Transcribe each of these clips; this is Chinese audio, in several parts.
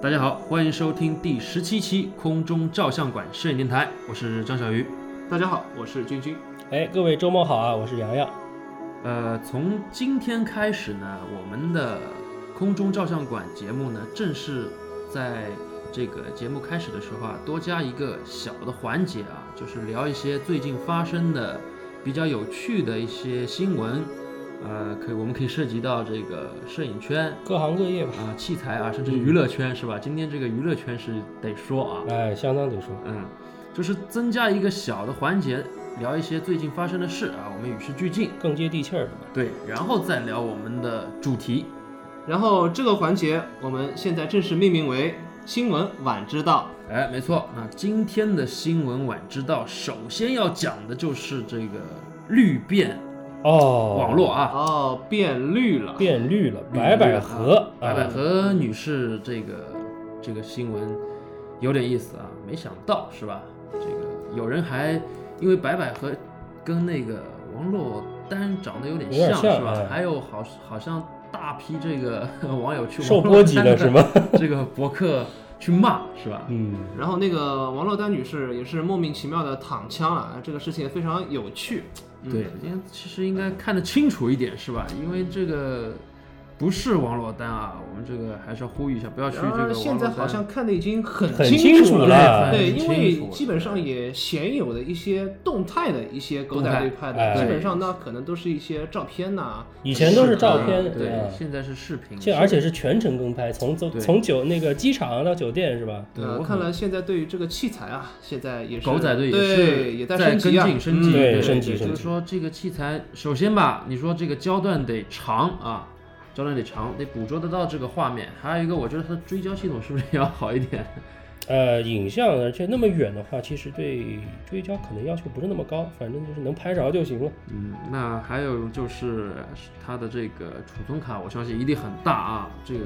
大家好，欢迎收听第十七期空中照相馆摄影电台，我是张小鱼。大家好，我是君君。哎，各位周末好啊，我是洋洋。呃，从今天开始呢，我们的空中照相馆节目呢，正式在这个节目开始的时候啊，多加一个小的环节啊，就是聊一些最近发生的比较有趣的一些新闻。呃，可以，我们可以涉及到这个摄影圈各行各业吧，啊、器材啊，甚至娱乐圈是吧？今天这个娱乐圈是得说啊，哎，相当得说，嗯，就是增加一个小的环节，聊一些最近发生的事啊，我们与时俱进。更接地气儿的吧。对，然后再聊我们的主题。然后这个环节我们现在正式命名为“新闻晚知道哎，没错，那今天的新闻晚知道，首先要讲的就是这个绿变哦，网络”，啊，哦，变绿了。变绿了，绿了白百合，白百啊合女士这个这个新闻有点意思啊，没想到是吧？这个有人还因为白百合跟那个王珞丹长得有点有点像是吧哎？还有好好像大批这个 网友去受王珞波及丹了的是吗？这个博客去骂是吧？嗯，然后那个王珞丹女士也是莫名其妙的躺枪了，哎这个事情也非常有趣。嗯对，因为其实应该看得清楚一点，是吧？因为这个不是王珞丹啊，我们这个还是要呼吁一下，不要去这然个王珞而丹。现在好像看的已经很很清清楚了，了对，很因清楚为了基本上也鲜有的一些动态的一些狗仔队动态拍的，哎基本上那可能都是一些照片呐，以前都是照视片，频对，啊现在是视频，现而且是全程跟拍，从走对从酒那个机场啊到酒店是吧？对我呃，看很来现在对于这个器材啊，现在也是狗仔队也对是也在升跟级啊，进升级，嗯对对升级对升级就是说这个器材，首先吧，你说这个焦段得长啊。焦段得长，得捕捉得到这个画面。还有一个，我觉得它追焦系统是不是也要好一点？呃，影像而且那么远的话，其实对追焦可能要求不是那么高，反正就是能拍着就行了。嗯，那还有就是它的这个储存卡，我相信一定很大啊，这个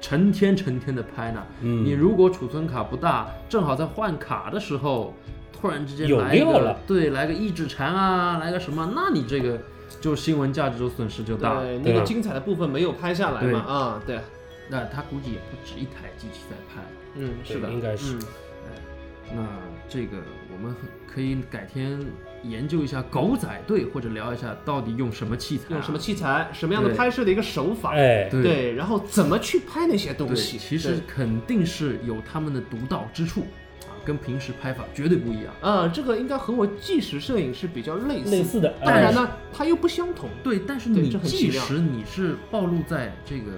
成天成天的拍呢。嗯你如果储存卡不大，正好在换卡的时候，突然之间有来一料个了对，来个一指禅啊，来个什么，那你这个就新闻价值就损失就大了。对，那对个吧精彩的部分没有拍下来对嘛，啊，对，那它估计也不止一台机器在拍。嗯，是的，对应该是嗯那这个我们可以改天研究一下狗仔队，或者聊一下到底用什么器材、用什么？器材，什么样的对拍摄的一个手法，啊哎，对对，然后怎么去拍那些东对，西，其实肯定是有他们的独到之处啊，跟平时拍法绝对不一样。对，啊，这个应该和我纪实摄影是比较类似，类似的，当然哎，呢，它又不相同，对，但是对你这很即奇妙使你是暴露在这个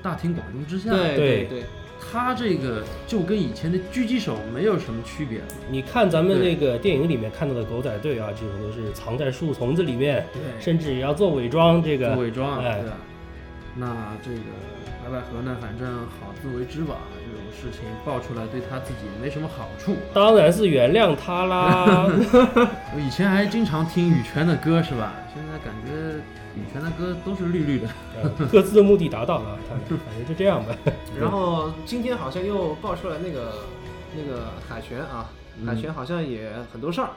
大庭广众之下，对啊对对，他这个就跟以前的狙击手没有什么区别了。哎你看咱们对那个电影里面看到的狗仔队啊，这种都是藏在树丛子里面，对，甚至也要做伪装，这做个伪装，哎对吧？那这个白百合呢，反正好自为之吧。这种事情爆出来，对他自己也没什么好处。当然是原谅他 啦。我以前还经常听羽泉的歌，是吧？现在感觉羽泉的歌都是绿绿的。呃各自的目的达到了，看来反正就这样吧。然后今天好像又爆出来那个那个海泉啊，海泉好像也很多事儿，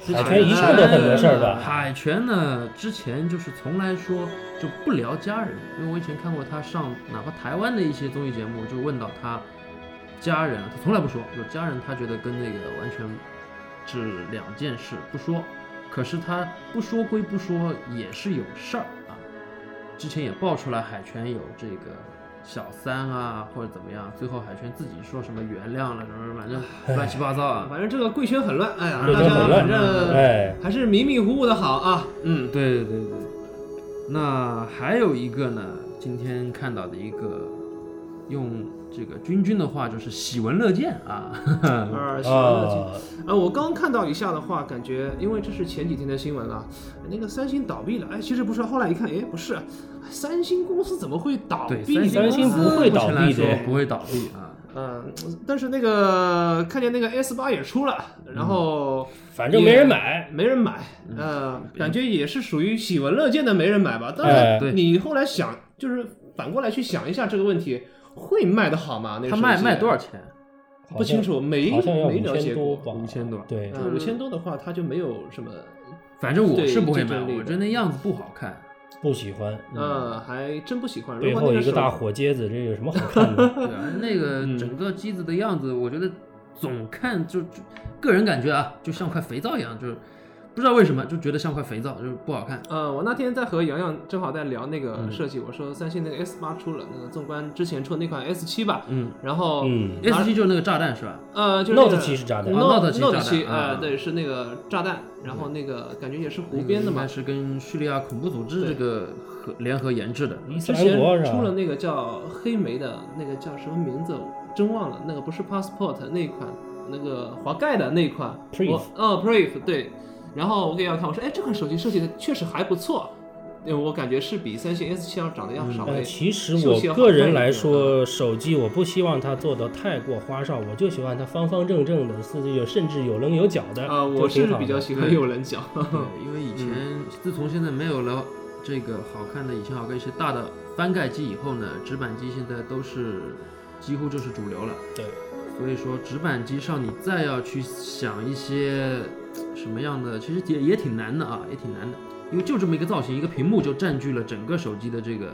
哎之嗯海前泉一向都很多事儿的海泉呢，之前就是从来说就不聊家人，因为我以前看过他上哪怕台湾的一些综艺节目，就问到他家人，他从来不说，就家人他觉得跟那个完全是两件事，不说。可是他不说归不说，也是有事儿啊。之前也爆出来海泉有这个小三啊，或者怎么样，最后海泉自己说什么原谅了什么什么，反正乱七八糟啊。反正这个贵圈很乱，哎呀，贵大圈家很反乱正哎，还是迷迷糊糊的好啊，嗯。对对对对。那还有一个呢，今天看到的一个，用这个君君的话就是喜闻乐见啊。啊，喜欢乐见嗯啊，啊！我刚看到一下的话，感觉因为这是前几天的新闻了，那个三星倒闭了。哎，其实不是，后来一看，哎，不是，三星公司怎么会倒对，闭呢？三星不会倒闭的目前来说不会倒闭啊。嗯，但是那个看见那个 S 八也出了，然后反正没人买。没人买，嗯，感觉也是属于喜闻乐见的没人买吧。当然哎，对你后来想，就是反过来去想一下这个问题，会卖的好吗？那他个卖手机卖多少钱？好像不清楚，没好像要没了5000解多过。吧，五千多呃对，五千多的话，它就没有什么反正我是不会买，对竞争力的我觉得那样子不好看。不喜欢，呃，还真不喜欢。嗯如背果后那一手个大火疖子，这有什么好 看的？对啊，那个整个机子的样子，我觉得总看就就个人感觉啊，就像块肥皂一样，就是不知道为什么就觉得像块肥皂，就是不好看。呃，我那天在和洋洋正好在聊那个嗯设计，我说三星那个 S 八出了，那个纵观之前出的那款 S 七吧，嗯然后、嗯，S 7就是那个炸弹是吧？呃就是、那个 Note 七是炸弹啊， Note Note 7炸 Note 弹七，啊呃，对，是那个炸弹，然后那个感觉也是湖边那个的应该嘛。是跟叙利亚恐怖组织这个合联合研制的。伊斯兰之前国是吧？出了那个叫黑莓的那个叫什么名字，真忘了，那个不是 Passport 那一款，那个滑盖的那一款 Prive 我呃 Prive 对，然后我给瑶看，我说哎这款手机设计的确实还不错，因为我感觉是比三星 S 七要长得要稍呃，微其实休我息要个好看人一来点啊说，手机我不希望它做的太过花哨，我就喜欢它方方正正的，甚至有甚至有棱有角的，啊、就我挺是好比较的喜欢有人讲，对，因为以前、嗯自从现在没有了这个好看的以前好看一些大的翻盖机以后呢，直板机现在都是几乎就是主流了。对，所以说直板机上你再要去想一些什么样的，其实也也挺难的啊，也挺难的，因为就这么一个造型，一个屏幕就占据了整个手机的这个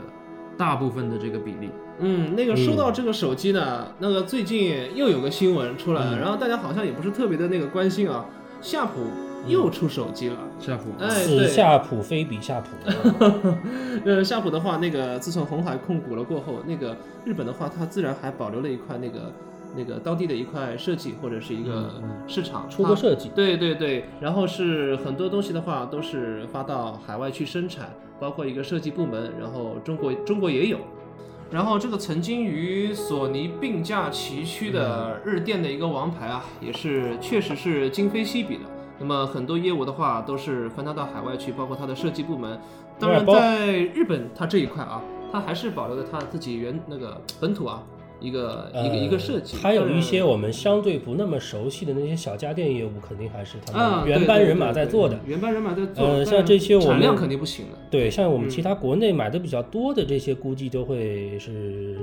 大部分的这个比例。嗯，那个说到这个手机呢，那个最近又有个新闻出来，嗯然后大家好像也不是特别的那个关心啊，夏普又出手机了。夏普，啊哎此对夏普非彼啊夏普， 呃，夏普的话，那个自从红海控股了过后，那个日本的话，它自然还保留了一块那个那个当地的一块设计或者是一个市场出个。它设计。对对对，然后是很多东西的话都是发到海外去生产，包括一个设计部门，然后中国中国也有。然后这个曾经与索尼并驾齐驱嗯的日电的一个王牌啊，也是确实是今非昔比的。那么很多业务的话都是分摊到海外去，包括它的设计部门。当然，啊外包在日本它这一块啊，它还是保留了它自己原那个本土啊一个一个一个设计。还呃有当一然些我们相对不那么熟悉的那些小家电业务，肯定还是他啊们，原班人马在做的。对对对嗯对原班人马在做。呃但像这些我们产量肯定不行的。对，像我嗯们其他国内买的比较多的这些，估计都会是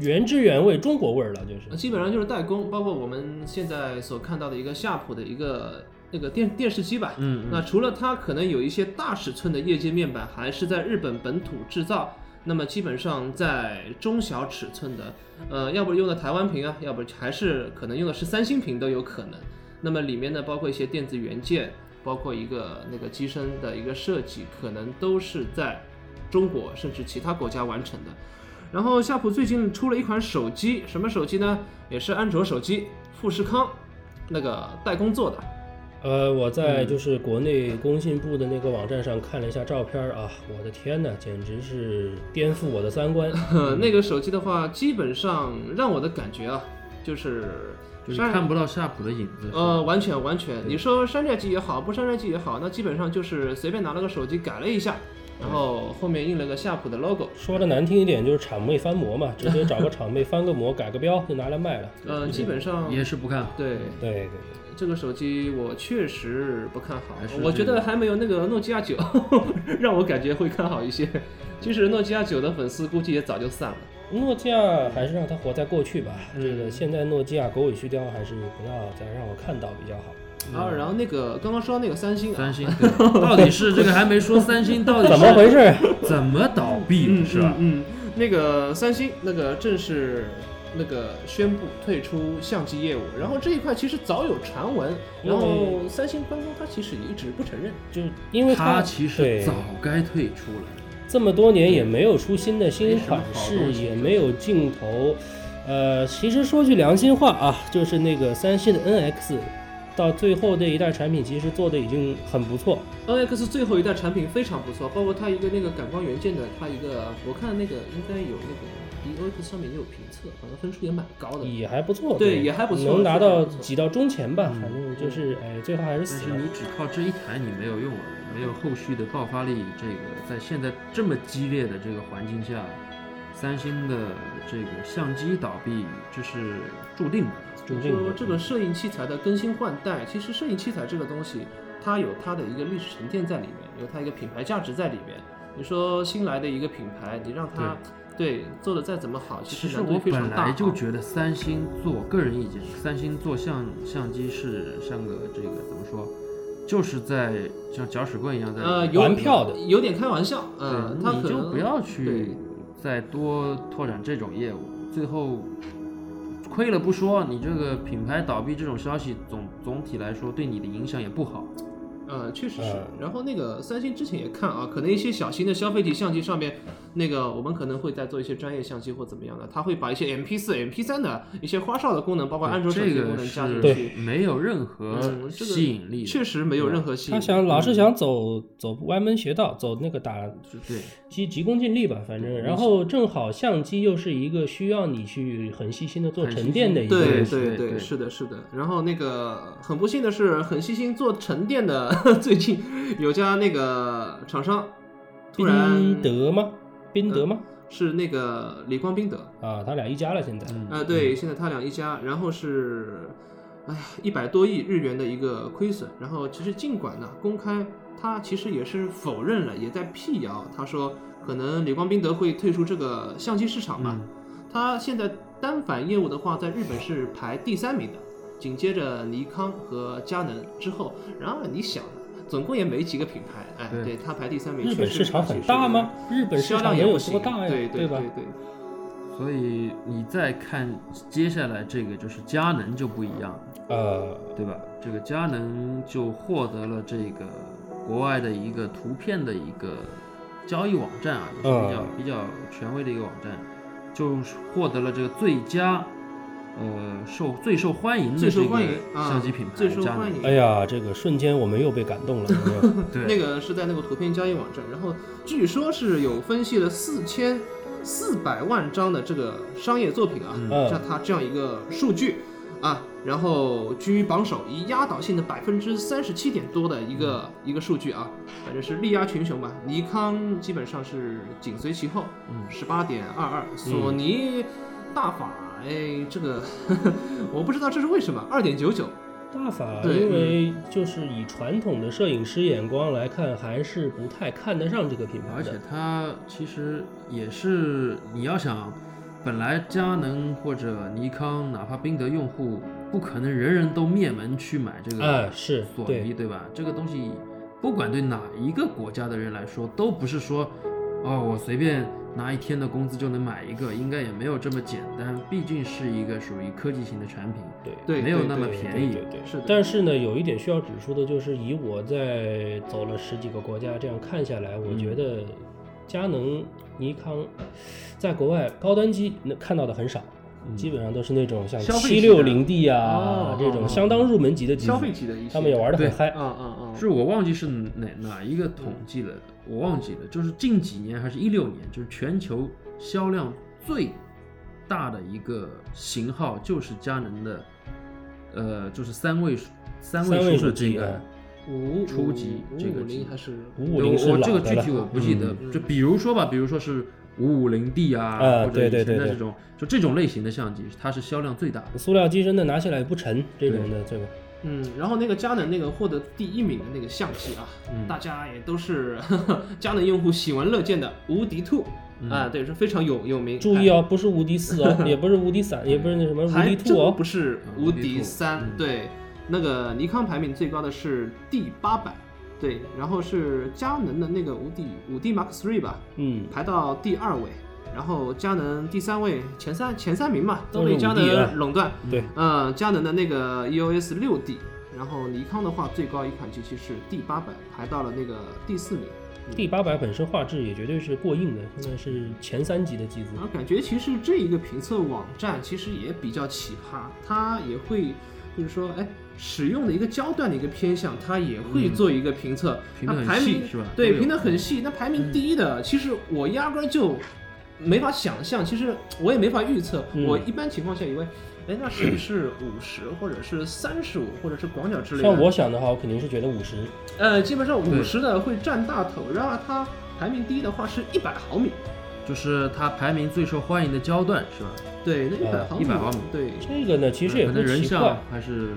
原汁原味中国味儿了，就是。呃基本上就是代工，包括我们现在所看到的一个夏普的一个那个电电视机吧。嗯，那除了它可能有一些大尺寸的业界面板还是在日本本土制造，那么基本上在中小尺寸的，呃，要不用的台湾屏啊，要不还是可能用的是三星屏都有可能。那么里面呢，包括一些电子元件，包括一个那个机身的一个设计，可能都是在中国甚至其他国家完成的。然后夏普最近出了一款手机，什么手机呢？也是安卓手机，富士康那个代工做的。呃，我嗯在就是国内工信部的那个网站上看了一下照片儿啊，我的天呐，简直是颠覆我的三 观。呃，那个手机的话，基本上让我的感觉啊，就是就是山看不到夏普的影子。是吧呃，完全完全，你说山寨机也好，不山寨机也好，那基本上就是随便拿了个手机改了一下，然后后面印了个夏普的 logo。说的难听一点，就是厂妹翻模嘛，直接找个厂妹翻个模，改个标就拿来卖了。呃，基本上也是不看好。对对对对，这个手机我确实不看好还是，我这觉个得还没有那个诺基亚九 让我感觉会看好一些。其实诺基亚九的粉丝估计也早就散了。诺基亚还是让它活在过去吧。嗯这个现在诺基亚狗尾续貂还是不要再让我看到比较好。啊，然后那个刚刚说到那个三星啊，嗯三星，对，到底是这个还没说三 星到底是怎么回事？怎么倒闭的，嗯，是吧？嗯？嗯，那个三星那个正式那个宣布退出相机业务，然后这一块其实早有传闻，因然嗯后三星官方它其实也一直不承认。就因为它它其对实早该退出了。这么多年也没有出新的新款没什么好式，东西也没有镜头。呃，其实说句良心话啊，就是那个三星的 NX，到最后这一代产品其实做的已经很不错。 NX 最后一代产品非常不错，包括它一个那个感光元件的，它一个我看那个应该有那个 DOX 上面也有评测，好像分数也蛮高的。也还不错，对也还不错能达是到还不错挤到中前吧，嗯反正就是哎，最后还是但死是了你。只靠这一台你没有用啊，没有后续的爆发力。这个在现在这么激烈的这个环境下，三星的这个相机倒闭，这是注定的。注定嗯说这个摄影器材的更新换代，其实摄影器材这个东西，它有它的一个历史沉淀在里面，有它一个品牌价值在里面。你说新来的一个品牌，你让它对做的再怎么好，其实实难度我非常本大啊。来就觉得三星做，个人意见，三星做相相机是像个这个怎么说，就是在像搅屎棍一样在呃，有玩票的有点开玩笑，嗯，他对，你可就能不要对去再多拓展这种业务，最后亏了不说，你这个品牌倒闭这种消息总总体来说对你的影响也不好。呃，确实是呃。然后那个三星之前也看啊，可能一些小型的消费级相机上面，那个我们可能会在做一些专业相机或怎么样的，它会把一些 MP 四、MP 三的一些花哨的功能，包括安卓手这机的功个能加进是去，没有任何嗯这个吸引力的，确实没有任何吸引他力。想老是想走走歪门邪道，走那个打是对，急急功近利吧，反正。对然后正好相机又是一个需要你去很细心的做很细沉淀的心一个对对对对对是的，是的。然后那个很不幸的是，很细心做沉淀的， 最近有家那个厂商突然嗯宾得吗？宾得吗？是那个理光宾得，啊，他俩一家了，现在。嗯呃，对，现在他俩一家，然后是，哎呀，一百多亿日元的一个亏损。然后其实尽管呢公开，他其实也是否认了，也在辟谣，他说可能理光宾得会退出这个相机市场吧。嗯他现在单反业务的话，在日本是排第三名的，紧接着尼康和佳能之后。然而你想，总共也没几个品牌，哎，对对他排第三名，日确本实市场很大吗？？日本市销量场也能有不多行，大呀？对对吧？对。所以你再看接下来这个就是佳能就不一样了，呃，对吧？这个佳能就获得了这个国外的一个图片的一个交易网站啊，也是比较、嗯比较权威的一个网站，就是获得了这个最佳呃受最受欢迎的最这受嗯个欢迎啊相机品牌，最受佳能欢迎哎呀，这个瞬间我们又被感动了。有没 有对那个是在那个图片交易网站，然后据说是有分析了四千四百万张的这个商业作品啊，嗯像它这样一个数据啊，然后居于榜首，以压倒性的百分之三十七点多的一嗯个、一个数据啊，反正是力压群雄吧。尼康基本上是紧随其后，嗯十八点二二，索尼、大法。哎，这个 我不知道这是为什么，二点九九，大法，对嗯因为就是以传统的摄影师眼光来看，还是不太看得上这个品牌而且的。它其实也是你要想，本来佳能或者尼康，哪怕宾得用户，不可能人人都灭门去买这哎个是索对尼，对吧？这个东西不管对哪一个国家的人来说，都不是说，哦，我随便拿一天的工资就能买一个，应该也没有这么简单。毕竟是一个属于科技型的产品，对对，没有对那么对便对宜对对。是的，但是呢，有一点需要指出的就是，以我在走了十几个国家这样看下来，我嗯觉得佳能、尼康在国外高端机能看到的很少，嗯基本上都是那种像消费七级的六零 D 啊哦这种相当入门级的机消费子，级的一些，他们也玩的很对嗨。嗯嗯嗯，哎是我忘记是哪哪一个统计了，我忘记了，就是近几年还是一六年，就是全球销量最大的一个型号就是佳能的，呃，就是三位数三三位位数数的这机个啊，五初级五这五个零级还是五五对零是我我老这个的具了体我不记得，嗯就比如说吧，比如说是五五零 D 啊，啊或者对以对前对的对这种，就这种类型的相机，它是销量最大的。塑料机真的拿起来也不沉，这种的这个嗯，然后那个佳能那个获得第一名的那个相机啊，嗯大家也都是佳能用户喜闻乐见的无敌兔啊，对，是非常有有名。嗯注意哦，不是无敌四哦， 也不是无敌三，也不是那什么还，无还敌真兔哦不，是无敌三，嗯对，那个尼康排名最高的是第八百，对，然后是佳能的那个五 D 五 D Mark Three 吧，嗯，排到第二位，然后佳能第三位，前三前三名嘛，都都是被五佳 D 啊能垄断。对，嗯，佳能的那个 EOS 六 D，然后尼康的话，最高一款机器是 D 八百，排到了那个第四名。嗯 D 八百本身画质也绝对是过硬的，现在是前三级的机子。然后感觉其实这一个评测网站其实也比较奇葩，它也会就是说，哎，使用的一个焦段的一个偏向，它也会做一个评测，嗯评那得很排名细是吧哎嗯对，都有评的很细。那排名第一的，其实我压根儿就没法想象，其实我也没法预测。嗯我一般情况下以为，哎，那是不是五十或者是三十五或者是广角之类的？像我想的话，我肯定是觉得五十，呃，基本上五对十的会占大头，然而它排名第一的话是一百毫米。就是它排名最受欢迎的焦段是吧？对，那一百呃毫米， 100毫米对，这个呢其实也可不能人奇像怪。还是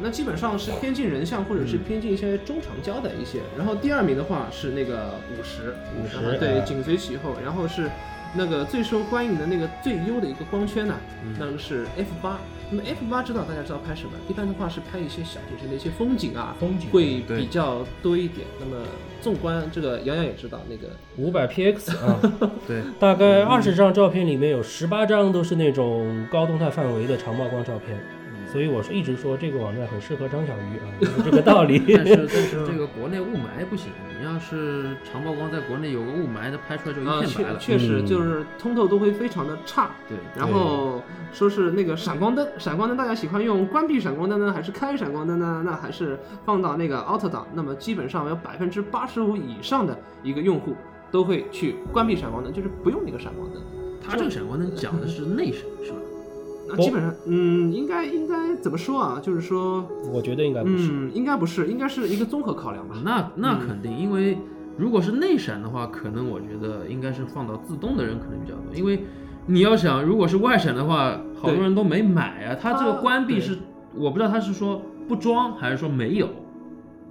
那基本上是偏近人像，或者是偏近一些中长焦的一些。然后第二名的话是那个五十， 50然后对，哎紧随其后。然后是那个最受欢迎的那个最优的一个光圈呢、那个是 f 八。那么 f 八知道大家知道拍什么？一般的话是拍一些小城市的一些风景啊，风景会对比较多一点。那么纵观这个，洋洋也知道那个五百 PX 啊， 对，大概二十张照片里面有十八张都是那种高动态范围的长曝光照片，所以我是一直说这个网站很适合张小鱼啊，就是这个道理。但是但是这个国内雾霾不行，你要是长曝光在国内有个雾霾的，拍出来就啊，一片白确了。确实嗯就是通透度会非常的差。对，然后说是那个闪光灯，闪光灯大家喜欢用关闭闪光灯呢，还是开闪光灯呢？那还是放到那个 Auto 档。那么基本上有百分之八十五以上的一个用户都会去关闭闪光灯，就是不用那个闪光灯。它这个闪光灯讲的是内闪，是吧？那不基本上，嗯，应该应该怎么说啊？就是说，我觉得应该不是，嗯，应该不是，应该是一个综合考量吧。那那嗯肯定，因为如果是内闪的话，可能我觉得应该是放到自动的人可能比较多，因为你要想，如果是外闪的话，好多对人都没买啊。它这个它关闭对是，我不知道他是说不装还是说没有。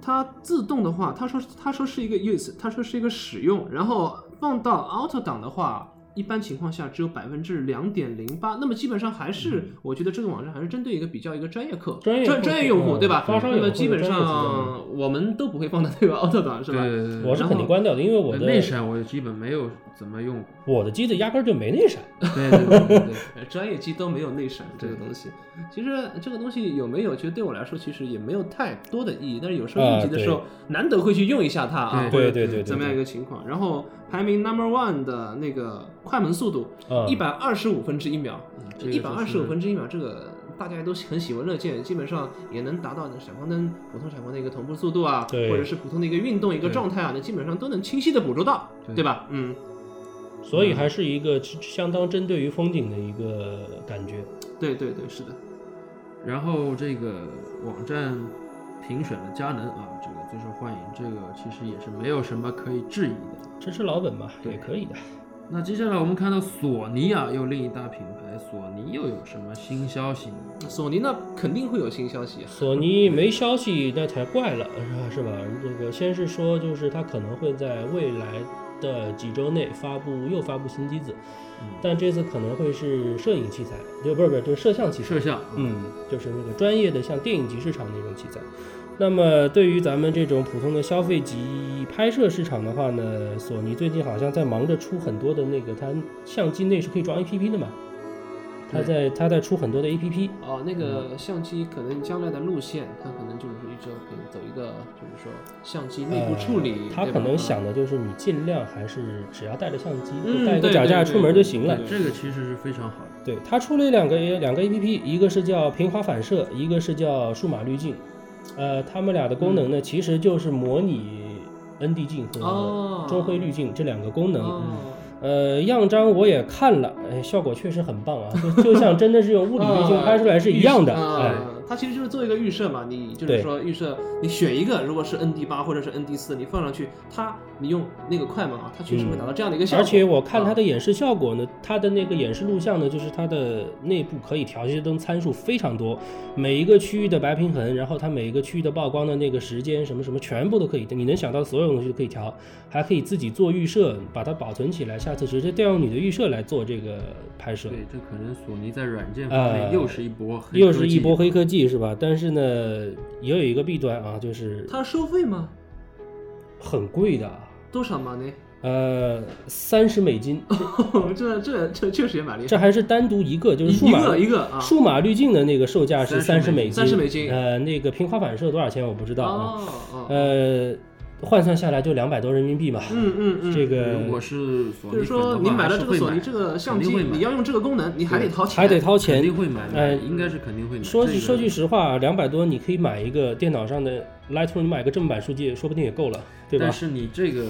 它自动的话，他说他说是一个 use，他说是一个使用，然后放到 auto 档的话，一般情况下只有百分之两点零八，那么基本上还是、我觉得这个网站还是针对一个比较一个专业客、嗯专业专客专业用户嗯对吧？发烧友那或么者基本专业级的上我们都不会放到这个 auto 档是吧？对我是然肯定后关掉的，因为我呃内的闪我基本没有怎么用过。 我的机子压根儿就没内闪。对对对对对，呃专业机都没有内闪这个东西。其实这个东西有没有，其实对我来说其实也没有太多的意义，但是有时候啊应急的对时候、难得会去用一下它啊，对对对对怎么样一对，个情况？然后排名 number one 的那个快门速度嗯一百二十五分之一秒，嗯这个一百二十五分之之一秒，这个大家都很喜闻乐见，基本上也能达到你闪光灯普通闪光灯一个同步速度啊，对或者是普通的一个运动一个对状态啊，你基本上都能清晰的捕捉到，对对吧？嗯，所以还是一个相当针对于风景的一个感觉。对对对，是的，然后这个网站评选了佳能啊，这个最受欢迎，这个其实也是没有什么可以质疑的。支持老本嘛，对也可以的。那接下来我们看到索尼啊，又另一大品牌，索尼又有什么新消息呢？索尼呢肯定会有新消息啊，索尼没消息，那才怪了，是吧？ 那个先是说，就是它可能会在未来的几周内发布又发布新机子，嗯但这次可能会是摄影器材，就不是不是，就是摄像器材摄。像，嗯，就是那个专业的像电影级市场那种器材。那么对于咱们这种普通的消费级拍摄市场的话呢，索尼最近好像在忙着出很多的那个，它相机内是可以装 APP 的嘛，它在它在出很多的 APP。哦，那嗯个相机可能将来的路线，它可能就是一直可以走一个，就是说相机内部处理呃，他对可吧能啊想的就是你尽量还是只要带着相机，嗯就带一个对脚架对对出门就行了对。啊这个其实是非常好的。对，它出了两个 A 两个 A P P，一个是叫平滑反射，一个是叫数码滤镜。呃，它们俩的功能呢，其实就是模拟 N D 镜嗯哦和中灰滤镜这两个功能。哦呃，样张我也看了，哎，效果确实很棒啊， 就就像真的是用物理滤镜拍出来是一样的。啊哎，它其实就是做一个预设嘛，你就是对说预设，你选一个，如果是 N D 八或者是 N D 四，你放上去，它你用那个快门啊，它确实会达到这样的一个效果。嗯而且我看它的啊演示效果呢，它的那个演示录像呢，就是它的内部可以调节灯参数非常多，每一个区域的白平衡，然后它每一个区域的曝光的那个时间什么什么，全部都可以，你能想到所有东西都可以调，还可以自己做预设，把它保存起来，下次直接调用你的预设来做这个拍摄。对，这可能索尼在软件方面呃又是一波黑科技，又是一波黑科技是吧？但是呢，也有一个弊端啊，就是它收费吗？很贵的啊，多少嘛呢？呃，三十美 金， 这这这确实也蛮厉这害，还是单独一个，就是数一码个一个啊。数码滤镜的那个售价是三30十美金， 30美金呃，那个平滑反射多少钱我不知道啊，哦哦，呃，换算下来就两百多人民币吧。嗯嗯嗯，这个如果是索尼就是说，粉你的话买还了是这个会索尼买这个相肯机定会，买你要用这个功能，你还得对掏钱，还得掏肯钱定。会买的，呃应该是肯定会买。说这句个说句实话，两百多你可以买一个电脑上的 Lightroom，你买个正版书机，说不定也够了，对吧但？是你这个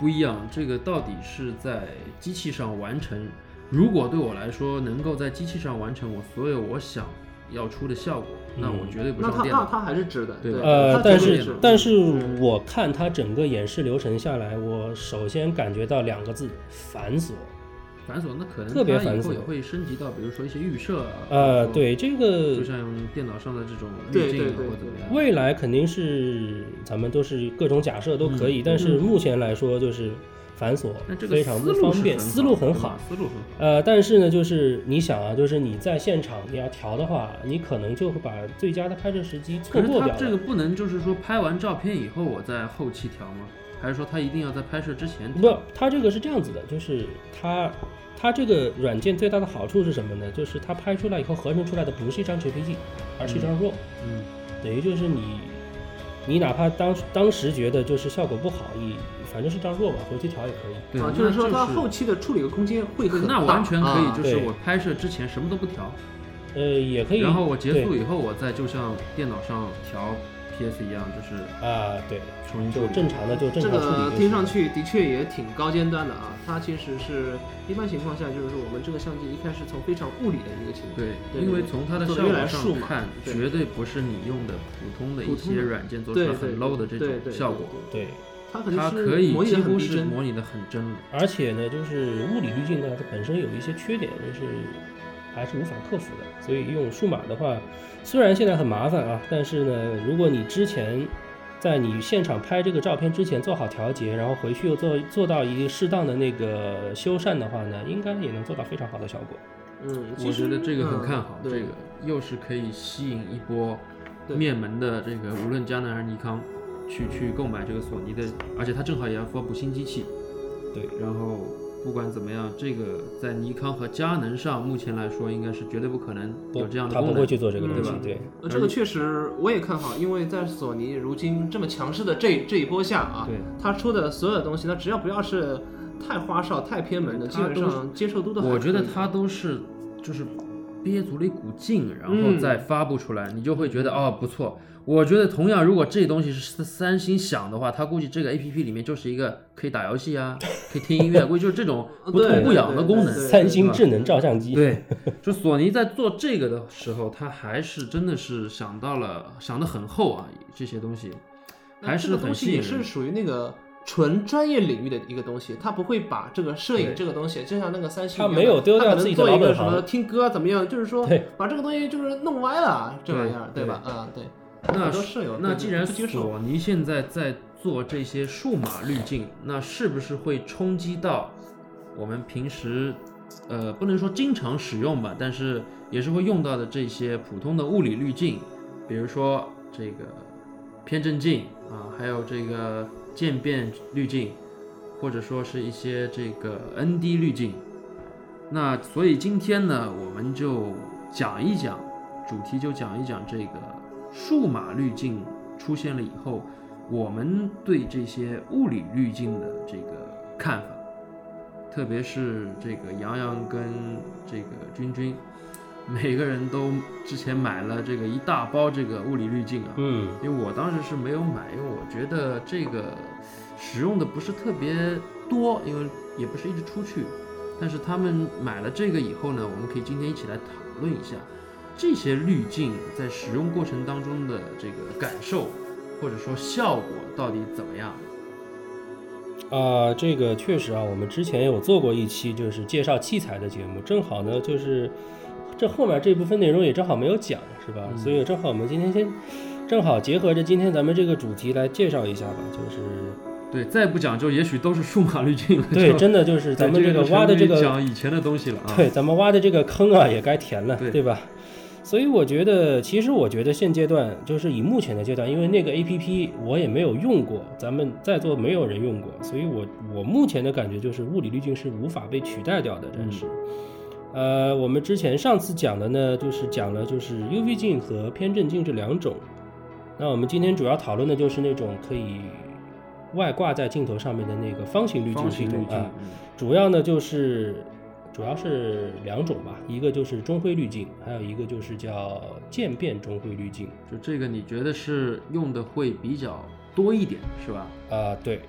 不一样，这个到底是在机器上完成。如果对我来说能够在机器上完成我所有我想要出的效果，嗯那我绝对不那上它电那脑。它还是值的，对吧呃，它但绝对是是值但是我看它整个演示流程下来，我首先感觉到两个字：繁琐。繁琐，那可能特别它以繁后琐也会升级到，比如说一些预设啊，呃，或者说对这个就像用电脑上的这种对滤镜啊对对或怎么样，未来肯定是咱们都是各种假设都可以，但是目前来说就是繁琐但嗯这，个非常思不路方是便，很思路好很对好吧。思路很好。呃，但是呢，就是你想啊，就是你在现场你要调的话，你可能就会把最佳的拍摄时机错可是过他掉这个了。不能就是说拍完照片以后我在后期调吗？还是说他一定要在拍摄之前调？不，它这个是这样子的，就是它它这个软件最大的好处是什么呢？就是它拍出来以后合成出来的不是一张 JPG，而是一张 RAW，、嗯，等于就是你你哪怕当当时觉得就是效果不好，你反正是张 RAW 吧，回去调也可以。对，啊，那就是说它后期的处理的空间会很大，那完全可以，啊就是对我拍摄之前什么都不调，呃，也可以。然后我结束对以后，我再就像电脑上调 PS 一样，就是啊，对，重新处就理。正常的就正这常处理就个行。听上去的确也挺高尖端的啊。它其实是一般情况下，就是说我们这个相机一开始从非常物理的一个情况，对，对因为从它的做效得越来果越数上码看，对绝对不是你用的普通的一普通些的软件做出对来对很 low 的这对对种效果，，对对，它可它能可是以模拟几的很乎逼是真，模拟的很真了。而且呢，就是物理滤镜呢，它本身有一些缺点，就是还是无法克服的。所以用数码的话，虽然现在很麻烦啊，但是呢，如果你之前在你现场拍这个照片之前做好调节，然后回去又做做到一个适当的那个修缮的话呢，应该也能做到非常好的效果。嗯，其我实觉得这个很看好，嗯这对个又是可以吸引一波对面门的这个，无论佳能还是尼康，去去购买这个索尼的，而且它正好也要发布新机器，对，然后不管怎么样，这个在尼康和佳能上目前来说应该是绝对不可能有这样的他功不会能去。做这个东西嗯，对。呃，这个确实我也看好，因为在索尼如今这么强势的这这一波下啊，对，它出的所有的东西，它只要不要是太花哨、太偏门的，基它本都上接受度都还我觉得可以它都是就是憋足了一股劲，然后嗯再发布出来，你就会觉得哦不错。我觉得同样，如果这东西是三星想的话，它估计这个 A P P 里面就是一个可以打游戏啊，可以听音 乐，估计就是这种不嗯对痛不对痒的对功对能。对三星智能照相机，对， 就索尼在做这个的时候，它还是真的是想到了，想得很厚啊，这些东西那还嗯这是个东很西吸引也是人。属于那个纯专业领域的一个东西，它不会把这个摄影对这个东西，就像那个三星一它样的，没有丢掉它可能自己的做老一个本什行么听歌怎么样，就是说对把这个东西就是弄歪了这玩意儿，对吧？啊，对。那很多舍友那对既对然不接受索尼现在在做这些数码滤镜，那是不是会冲击到我们平时呃不能说经常使用吧，但是也是会用到的这些普通的物理滤镜，比如说这个偏振镜啊，还有这个渐变滤镜，或者说是一些这个 ND 滤镜。那所以今天呢，我们就讲一讲，主题就讲一讲这个数码滤镜出现了以后，我们对这些物理滤镜的这个看法，特别是这个洋洋跟这个君君，每个人都之前买了这个一大包这个物理滤镜啊，嗯，因为我当时是没有买，因为我觉得这个使用的不是特别多，因为也不是一直出去。但是他们买了这个以后呢，我们可以今天一起来讨论一下这些滤镜在使用过程当中的这个感受，或者说效果到底怎么样。啊、这个确实啊，我们之前有做过一期就是介绍器材的节目，正好呢就是这后面这部分内容也正好没有讲，是吧？嗯所以正好我们今天先正好结合着今天咱们这个主题来介绍一下吧，就是对，再不讲究，也许都是数码滤镜了。对，就真的就是对咱们这这个挖的就这成为个讲以前的东西了啊。对，咱们挖的这个坑啊，也该填了，对吧？所以我觉得，其实我觉得现阶段就是以目前的阶段，因为那个 A P P 我也没有用过，咱们在座没有人用过，所以我我目前的感觉就是物理滤镜是无法被取代掉的，暂时。嗯呃，我们之前上次讲的呢，就是讲了就是 U V 镜和偏振镜这两种。那我们今天主要讨论的就是那种可以外挂在镜头上面的那个方形滤镜方系形统滤啊。镜，嗯主要呢就是主要是两种吧，一个就是中灰滤镜，还有一个就是叫渐变中灰滤镜。就这个你觉得是用的会比较多一点，是吧？啊、对。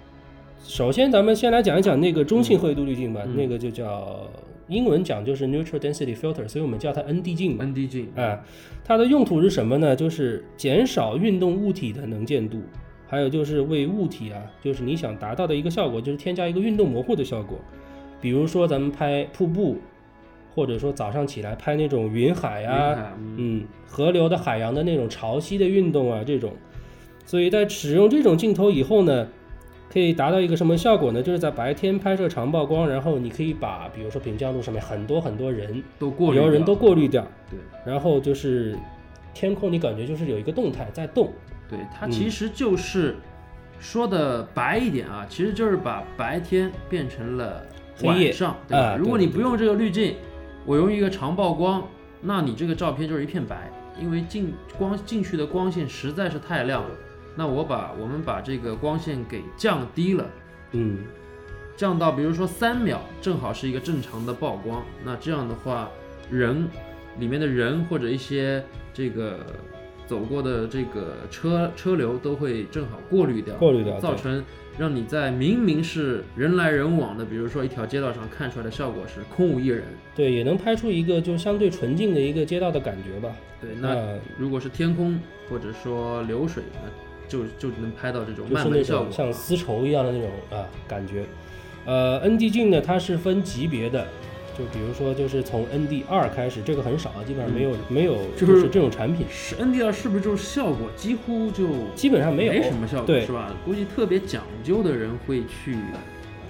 首先，咱们先来讲一讲那个中性灰度滤镜吧，嗯那个就叫英文讲就是 neutral density filter，所以我们叫它 ND 镜吧。 ND 镜，啊，它的用途是什么呢？就是减少运动物体的能见度，还有就是为物体啊，就是你想达到的一个效果，就是添加一个运动模糊的效果。比如说咱们拍瀑布，或者说早上起来拍那种云海啊，云海嗯嗯，河流的、海洋的那种潮汐的运动啊，这种。所以在使用这种镜头以后呢，可以达到一个什么效果呢？就是在白天拍摄长曝光，然后你可以把比如说平江路上面很多很多人，都过滤旅游人掉都过滤掉，对然后就是天空你感觉就是有一个动态在动，对，它其实就是说的白一点啊，其实就是把白天变成了黑夜晚上，对吧？啊如果对你不用这个滤镜，我用一个长曝光，那你这个照片就是一片白，因为进光进去的光线实在是太亮了。那我把我们把这个光线给降低了，嗯，降到比如说三秒，正好是一个正常的曝光。那这样的话，人里面的人或者一些这个走过的这个车车流都会正好过滤掉，过滤掉造成让你在明明是人来人往的，比如说一条街道上看出来的效果是空无一人。对，也能拍出一个就相对纯净的一个街道的感觉吧。对，那呃如果是天空或者说流水，那就就能拍到这种就是慢那门效种果。像丝绸一样的那种啊感觉。呃，ND 镜呢，它是分级别的，就比如说就是从 ND 二开始，这个很少，基本上没有、没有嗯就就是是这种产品，是 NDR 是不是就是效果几乎就基本上没有。没什么效果，对是吧？估计特别讲究的人会去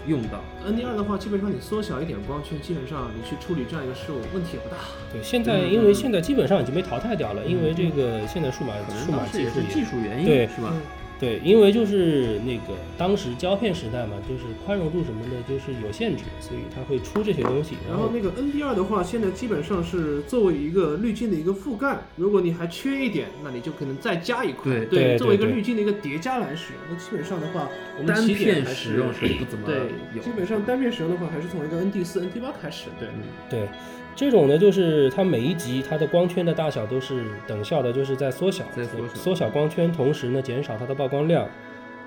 用到。 ND 二的话，基本上你缩小一点光圈，基本上你去处理这样一个事物问题也不大。对，现在因为现在基本上已经被淘汰掉了，因为这个现在数码嗯可数能码当时技也术是技也术原因，对是吧？嗯对，因为就是那个当时胶片时代嘛，就是宽容度什么的，就是有限制，所以它会出这些东西。然后那个 ND 二的话，现在基本上是作为一个滤镜的一个覆盖，如果你还缺一点，那你就可能再加一块。对对对作为一个对滤镜的一个叠加来使用。那基本上的话，我们单起点片还使是用是不怎么对，有基。本上单片使用的话，还是从一个 ND 四、ND 八开始。对，嗯对，这种呢，就是它每一集它的光圈的大小都是等效的，就是在缩小，在缩小光圈，同时呢减少它的曝光量。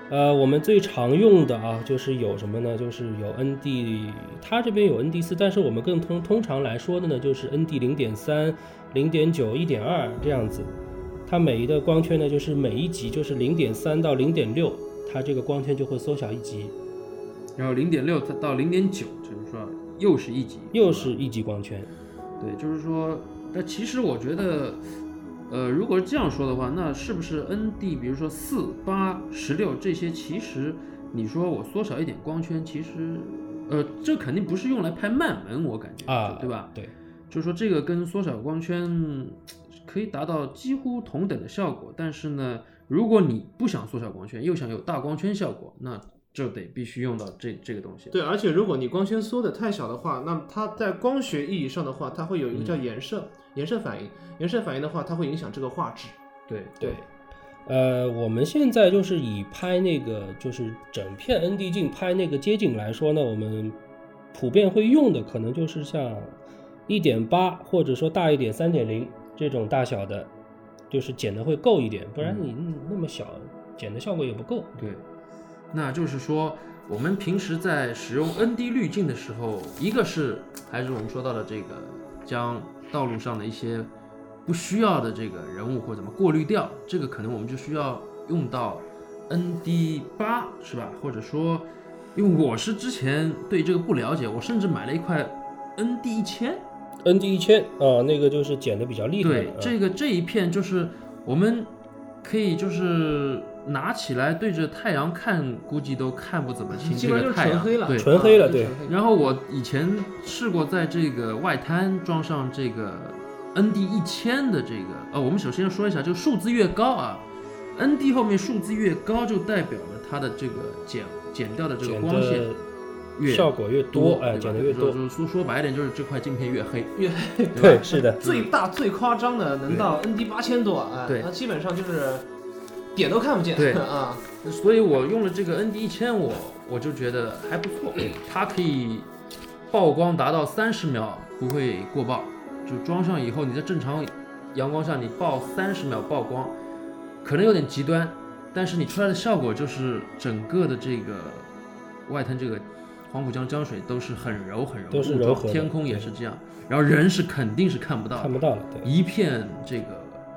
呃，我们最常用的啊，就是有什么呢？就是有 ND，它这边有 ND 四，但是我们更通通常来说的呢，就是 ND 零点三、零点九、一点二这样子。它每一的光圈呢，就是每一级就是零点三到零点六，它这个光圈就会缩小一级，然后零点六到零点九，就是说又是一级，又吧是一级光圈。对，就是说，但其实我觉得，呃，如果是这样说的话，那是不是 ND，比如说四、八、十六这些，其实你说我缩小一点光圈，其实，呃，这肯定不是用来拍慢门，我感觉啊对吧？对，就是说这个跟缩小光圈可以达到几乎同等的效果，但是呢，如果你不想缩小光圈，又想有大光圈效果，那就得必须用到这这个东西。对，而且如果你光圈缩的太小的话，那么它在光学意义上的话，它会有一个嗯叫延射、延射反应。延射反应的话，它会影响这个画质。对对，呃，我们现在就是以拍那个就是整片 ND 镜拍那个街景来说呢，我们普遍会用的可能就是像一点八或者说大一点三点零这种大小的，就是剪的会够一点，不然你嗯那么小剪的效果也不够。对，那就是说，我们平时在使用 ND 滤镜的时候，一个是还是我们说到的这个将道路上的一些不需要的这个人物或怎么过滤掉，这个可能我们就需要用到 ND 八是吧？或者说，因为我是之前对这个不了解，我甚至买了一块 ND 一千。 ND 一千啊，那个就是剪的比较厉害对的，，啊这个这一片就是我们可以就是拿起来对着太阳看，估计都看不怎么嗯清基这本上个就是太纯阳。黑了，对，纯黑了啊对。纯黑然后我以前试过在这个外滩装上这个 ND 一千的这个，呃，我们首先要说一下，就数字越高啊，ND 后面数字越高，就代表了它的这个减减掉的这个剪光线的越效果越多，多，哎，对吧剪的越多就，是说说白一点，就是这块镜片越黑，越吧对，是的，最大最夸张的能到 ND 八千多啊，对那基本上就是点都看不见，对 啊，所以我用了这个 ND 一千，我我就觉得还不 错，它可以曝光达到三十秒不会过曝，就装上以后你在正常阳光下你曝三十秒曝光，可能有点极端，但是你出来的效果就是整个的这个外滩这个黄浦江江水都是很柔很柔，都是雾状柔和的天空也是这样，然后人是肯定是看不到的看，不到了，对。一片这个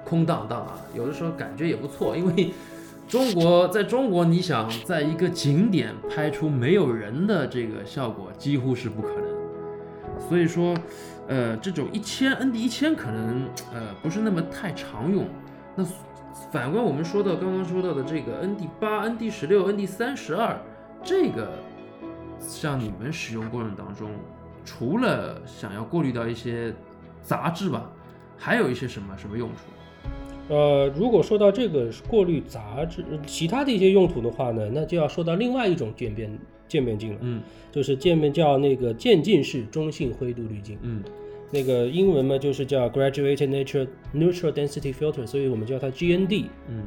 空荡荡啊，有的时候感觉也不错，因为中国在中国，你想在一个景点拍出没有人的这个效果，几乎是不可能。所以说，呃，这种一千 ND 一千可能呃不是那么太常用。那反观我们说到刚刚说到的这个 ND 八、ND 十六、ND 三十二，这个像你们使用过程当中，除了想要过滤掉一些杂质吧，还有一些什么什么用处？呃，如果说到这个过滤杂质，呃其他的一些用途的话呢，那就要说到另外一种渐变渐变镜了，嗯就是渐变叫那个渐进式中性灰度滤镜，嗯那个英文嘛就是叫 Graduated Natural Neutral Density Filter，所以我们叫它 GND。嗯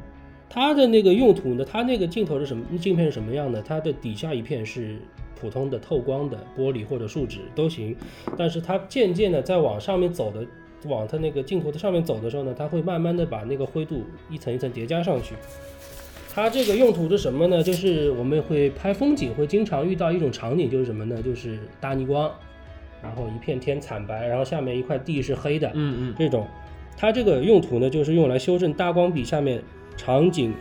它的那个用途呢，它那个镜头是什么镜片是什么样的？它的底下一片是普通的透光的玻璃或者树脂都行，但是它渐渐的在往上面走的，往它那个镜头的上面走的时候呢，它会慢慢的把那个灰度一层一层叠加上去。它这个用途是什么呢？就是我们会拍风景，会经常遇到一种场景，就是什么呢？就是大逆光，然后一片天惨白，然后下面一块地是黑的，嗯这种，它这个用途呢，就是用来修正大光比下面场景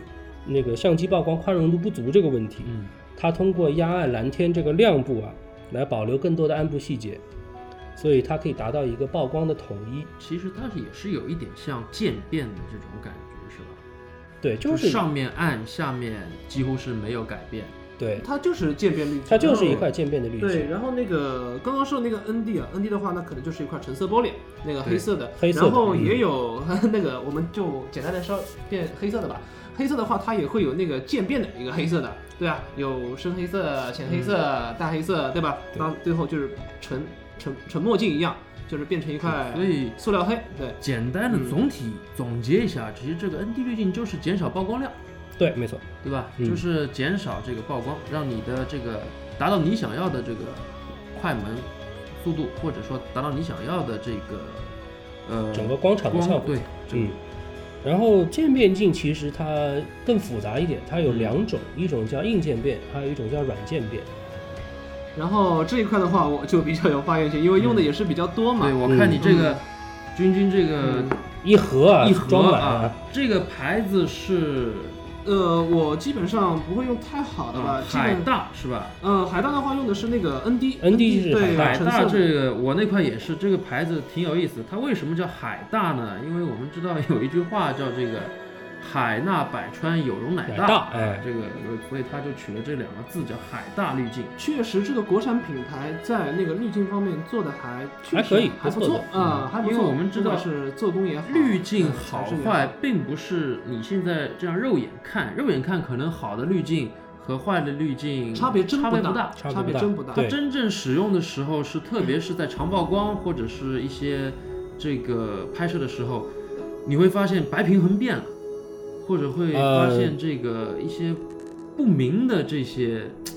那个相机曝光宽容度不足这个问题。嗯它通过压暗蓝天这个亮部啊，来保留更多的暗部细节，所以它可以达到一个曝光的统一。其实它是也是有一点像渐变的这种感觉，是吧？对，就就是上面暗，下面几乎是没有改变。对，它就是渐变滤镜，它就是一块渐变的滤嗯对，镜。然后那个刚刚说的那个 ND 啊，ND 的话，那可能就是一块橙色玻璃，那个对黑色的，黑色的嗯然后也有、 那个，我们就简单的稍变黑色的吧。黑色的话，它也会有那个渐变的一个黑色的，对啊，有深黑色、浅黑色、大黑色，对吧？嗯对当最后就是纯纯纯墨镜一样，就是变成一块所以塑料黑，对，简单的总体总结一下，其实这个 ND 滤镜就是减少曝光量，对，没错。对吧？嗯就是减少这个曝光，让你的这个达到你想要的这个快门速度，或者说达到你想要的这个呃整个光场的效光果。对，整嗯。然后渐变镜其实它更复杂一点，它有两种，一种叫硬渐变，还有一种叫软渐变。然后这一块的话，我就比较有发言权，因为用的也是比较多嘛。对我看你这个君君这个嗯一盒啊，一盒装满啊啊，，这个牌子是呃，我基本上不会用太好的吧，啊基海本大是吧？嗯，海大的话用的是那个 ND ND 是对海橙大色的这个我那块也是，这个牌子挺有意思。它为什么叫海大呢？因为我们知道有一句话叫这个“海纳百川，有容乃奶大”，啊大，哎，这个呃所以它就取了这两个字叫海大滤镜。确实这个国产品牌在那个滤镜方面做的还确还实可以还不不错错的啊，还不因错。为我们知不管道是做工也好，滤镜嗯好材质也坏并不是你现在这样肉眼看，肉眼看可能好的滤镜和坏的滤镜差别真差别不大，差别差不大真不大。它对呃真正使用的时候是，特别是在长曝光或者是一些这个拍摄的时候，你会发现白平衡变了，或者会发现这个一些不明的这些嘖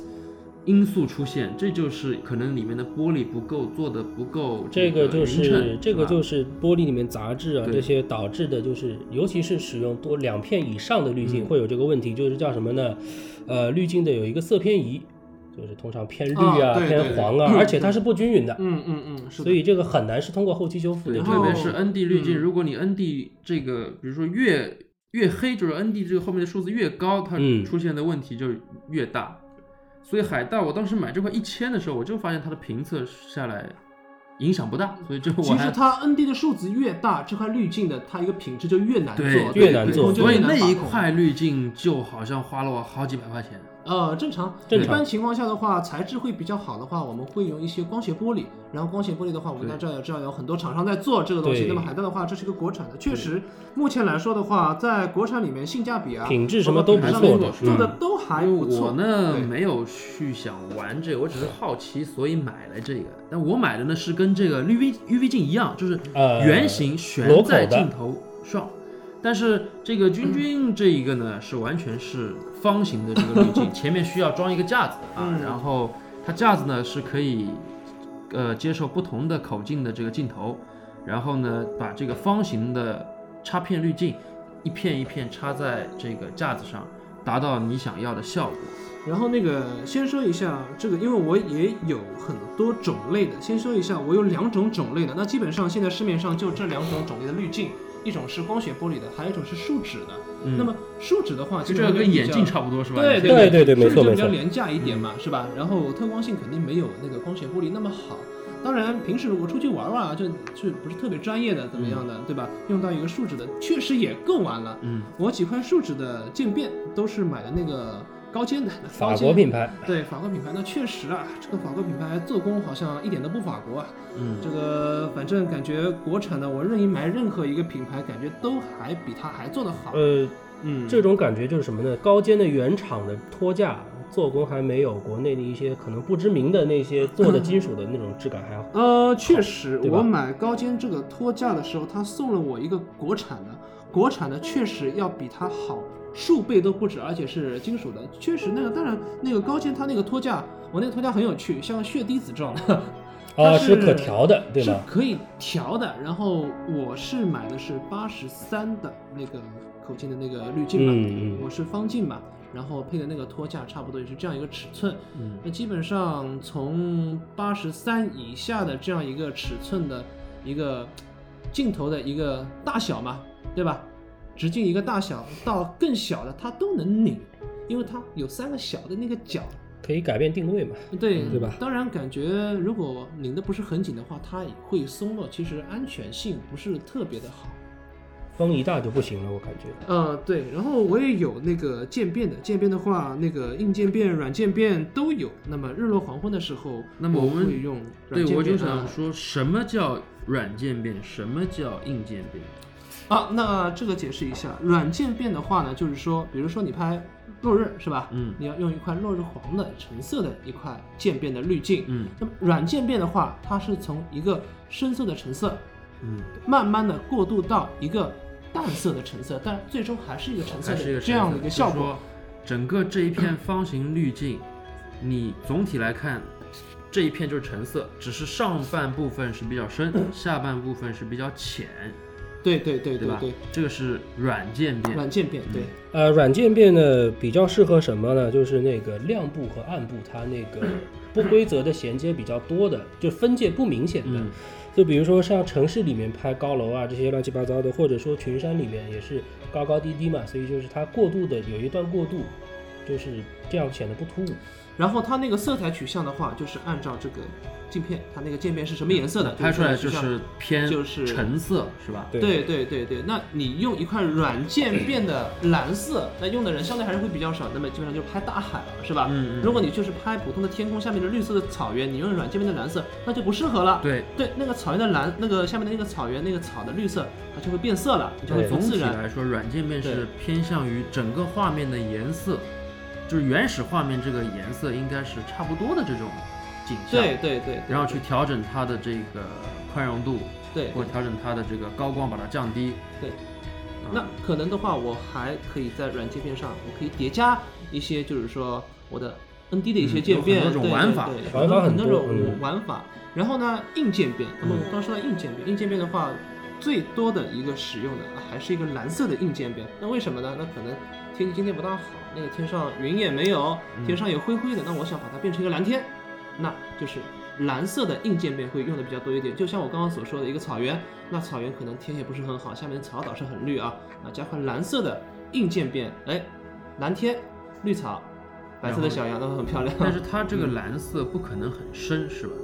因素出现，这就是可能里面的玻璃不够做的不够这个就匀是称这个就是是玻璃里面杂质啊对这些导致的，就是尤其是使用多两片以上的滤嗯镜会有这个问题，就是叫什么呢？呃，滤镜的有一个色偏移，就是通常偏绿啊、啊对对偏黄啊，对而且它是不均匀的，嗯嗯嗯，是的所以这个很难是通过后期修复对，的。然特后别是 ND 滤镜，嗯如果你 ND 这个比如说越越黑，就是 ND 这个后面的数字越高，它嗯出现的问题就越大。所以海大，我当时买这块一千的时候，我就发现它的评测下来影响不大，所以这个我其还实它 ND 的数值越大，这块滤镜的它一个品质就越难做，对对越难对做就所以越难那把一控块滤镜就好像花了我好几百块钱。呃，正常，正一常般情况下的话，材质会比较好的话，我们会用一些光学玻璃。然后光学玻璃的话，我们对大家知道知道有很多厂商在做这个东西。对那么海带的话，这是一个国产的，确实目前来说的话，在国产里面性价比啊，品质什么都不错的还，做的嗯，都还因为不我错。呢对没有去想玩这个，我只是好奇，所以买了这个。但我买的呢是跟这个 UV UV 镜一样，就是呃，圆形悬在镜头上，但是这个嗯君君这一个呢是完全是方形的这个滤 镜，前面需要装一个架子啊，嗯然后它架子呢是可以呃接受不同的口径的这个镜头，然后呢把这个方形的插片滤镜一片一片插在这个架子上，达到你想要的效果。然后那个先说一下这个，因为我也有很多种类的，先说一下我有两种种类的。那基本上现在市面上就这两种种类的滤镜，一种是光学玻璃的，还有一种是树脂的。嗯那么树脂的话，就基这本个上跟比眼较镜差不多是吧？对你这对个对对没错甚至没比较错廉价一点嘛，是吧？然后透光性肯定没有那个光学玻璃那么好。当然，平时如果出去玩玩啊，就就不是特别专业的，怎么样嗯的，对吧？用到一个树脂的，确实也够玩了。嗯我几块树脂的渐变都是买的那个高尖的那法高国尖品牌，对法国品牌，那确实啊，这个法国品牌做工好像一点都不法国啊。嗯，这个反正感觉国产的，我任意买任何一个品牌，感觉都还比它还做得好。呃，嗯，这种感觉就是什么呢？高尖的原厂的托架做工还没有国内的一些可能不知名的那些做 的金属的那种质感还要好。呃，确实，对吧我买高尖这个托架的时候，他送了我一个国产的，国产的确实要比它好数倍都不止，而且是金属的。确实，那个当然，那个高尖它那个托架，我那个托架很有趣，像血滴子状的，哦，它是是可调的， 对是吧？可以调的。然后我是买的是八十三的那个口径的那个滤镜嘛，嗯嗯我是方镜嘛，然后配的那个托架差不多也是这样一个尺寸。嗯那基本上从八十三以下的这样一个尺寸的一个镜头的一个大小嘛，对吧？直径一个大小到更小的它都能拧，因为它有三个小的那个角，可以改变定位嘛？对嗯对吧当然感觉如果拧的不是很紧的话，它也会松落，其实安全性不是特别的好。风一大就不行了，我感觉。嗯，对，然后我也有那个渐变的，渐变的话，那个硬渐变、软渐变都有。那么日落黄昏的时候，那么我我们会用软对，渐我就变想啊说什么叫软件变，什么叫硬件变？啊，那这个解释一下，软渐变的话呢，就是说，比如说你拍落日是吧？嗯你要用一块落日黄的橙色的一块渐变的滤镜。嗯那么软渐变的话，它是从一个深色的橙色，嗯，慢慢的过渡到一个淡色的橙色，但最终还是一个橙色还是一的个这样的一个效就是果。说整个这一片方形滤镜，你总体来看，这一片就是橙色，只是上半部分是比较深，下半部分是比较浅，对对对对吧？对，这个是软件嗯变。软渐变对。呃，软渐变呢比较适合什么呢？就是那个亮部和暗部它那个不规则的衔接比较多的，就分界不明显的。嗯就比如说像城市里面拍高楼啊这些乱七八糟的，或者说群山里面也是高高低低嘛，所以就是它过渡的有一段过渡，就是这样显得不突兀。然后它那个色彩取向的话，就是按照这个镜片，它那个渐变是什么颜色的，嗯拍出来就这个色彩取是偏就是橙色，是吧？对向。对对对对，那你用一块软渐变的蓝色，那用的人相对还是会比较少，那么基本上就拍大海了，是吧？嗯嗯如果你就是拍普通的天空下面的绿色的草原，你用软渐变的蓝色，那就不适合了。对，对，那个草原的蓝，那个下面的那个草原那个草的绿色，它就会变色了，就会对不总自体然。来说，软件面对是偏向于整个画面的颜色，就是原始画面这个颜色应该是差不多的这种景象，对，对对然后去调整它的这个宽容度，对，或者调整它的这个高光，把它降低。对嗯，那可能的话，我还可以在软件片上，我可以叠加一些，就是说我的 ND 的一些嗯渐变，有很多种对玩法对对玩法很很多多种嗯玩法。然后呢，硬渐变，那么嗯我刚说到硬渐变，硬渐变的话，最多的一个使用的啊还是一个蓝色的硬渐变。那为什么呢？那可能天气今天不大好，那个天上云也没有，嗯天上也灰灰的，那我想把它变成一个蓝天，那就是蓝色的硬件面会用的比较多一点。就像我刚刚所说的一个草原，那草原可能天也不是很好，下面的草岛是很绿啊，啊加块蓝色的硬件面，哎，蓝天、绿草、白色的小羊，那会很漂亮。但是它这个蓝色不可能很深，是吧？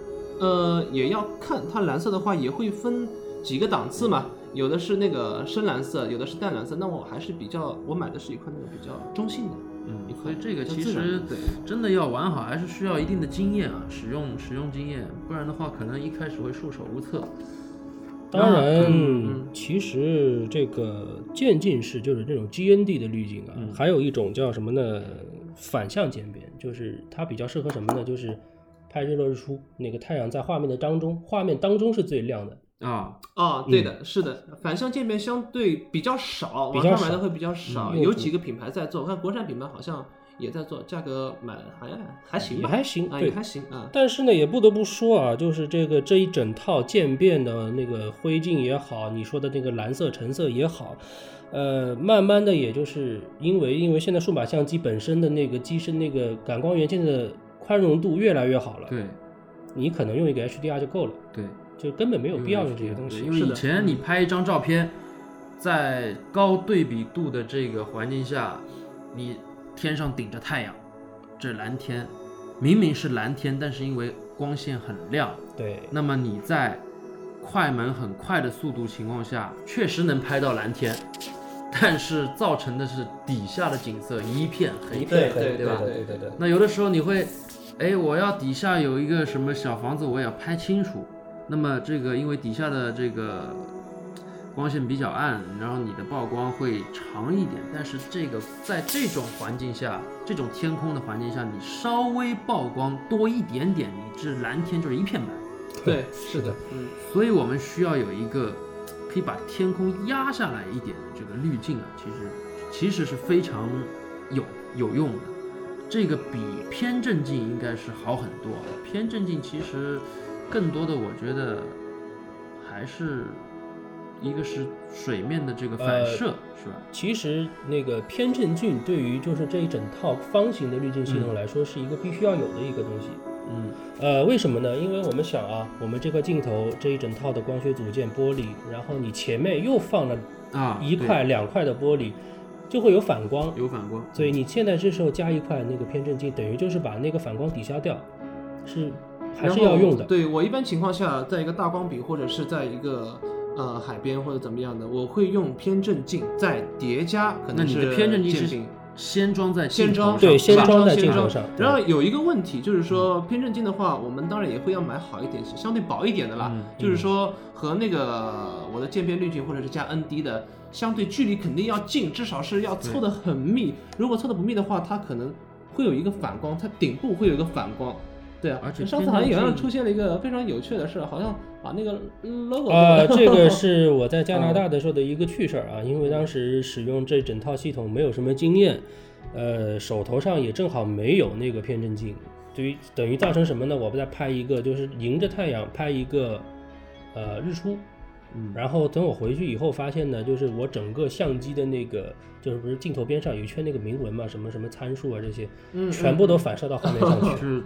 呃，也要看它蓝色的话，也会分几个档次嘛。有的是那个深蓝色，有的是淡蓝色。那我还是比较，我买的是一块那个比较中性的，嗯一，所块以这个比较其自然的实对真的要玩好，还是需要一定的经验啊，使用使用经验，不然的话可能一开始会束手无策。当然，嗯其实这个渐进式就是这种 GND 的滤镜啊，嗯还有一种叫什么呢？反向渐变，就是它比较适合什么呢？就是拍日落日出，那个太阳在画面的当中，画面当中是最亮的。啊，哦，对的，是的，反向渐变相对比较少，嗯比网较上买少的会比较少，嗯有几个品牌在做，我看国产品牌好像也在做，价格买了好像还行吧，也还行啊，对也还行啊，但是呢，也不得不说啊，就是这个这一整套渐变的那个灰烬也好，你说的那个蓝色、橙色也好，呃，慢慢的，也就是因为因为现在数码相机本身的那个机身那个感光元件的宽容度越来越好了，对你可能用一个 HDR 就够了，对，就根本没有必要用这些东对西嗯因。为是以的前你拍一张照片，在高对比度的这个环境下，你天上顶着太阳，这蓝天明明是蓝天，但是因为光线很亮，对，那么你在快门很快的速度情况下，确实能拍到蓝天，但是造成的是底下的景色一片黑。对对对对对吧对对对，那有的时候你会，哎，我要底下有一个什么小房子，我也要拍清楚。那么这个因为底下的这个光线比较暗，然后你的曝光会长一点。但是这个在这种环境下，这种天空的环境下，你稍微曝光多一点点，你这蓝天就是一片白。对，是的，嗯，所以我们需要有一个可以把天空压下来一点的这个滤镜啊，其实其实是非常有有用的。这个比偏振镜应该是好很多啊。偏振镜其实更多的，我觉得还是一个是水面的这个反呃射，是吧？其实那个偏振镜对于就是这一整套方形的滤镜系统来说，是一个必须要有的一个东西。嗯呃，为什么呢？因为我们想啊，我们这块镜头这一整套的光学组件玻璃，然后你前面又放了啊，一对块两块的玻璃，就会有反光。有反光，所以你现在这时候加一块那个偏振镜，等于就是把那个反光抵消掉，是还是要用的。对我一般情况下，在一个大光笔或者是在一个呃海边或者怎么样的，我会用偏振镜再叠加，可那能你是的偏振镜渐是变先装在先镜头装上对，是吧先装在先镜头装上。然后有一个问题就是说，偏振镜的话，我们当然也会要买好一点、相对薄一点的啦。嗯就是说和那个我的渐变滤镜或者是加 ND 的相对距离肯定要近，至少是要凑得很密。如果凑得不密的话，它可能会有一个反光，它顶部会有一个反光。对啊，而且上次好像偏有振人镜出现了一个非常有趣的事，好像把那个 logo 呃，这个是我在加拿大的时候的一个趣事儿啊，因为当时使用这整套系统没有什么经验，呃，手头上也正好没有那个偏振镜，对于等于造成什么呢？我们在拍一个就是迎着太阳拍一个呃日出，嗯然后等我回去以后发现呢，就是我整个相机的那个就是不是镜头边上有一圈那个铭文嘛，什么什么参数啊这些，嗯全部都反射到画面上去。 是，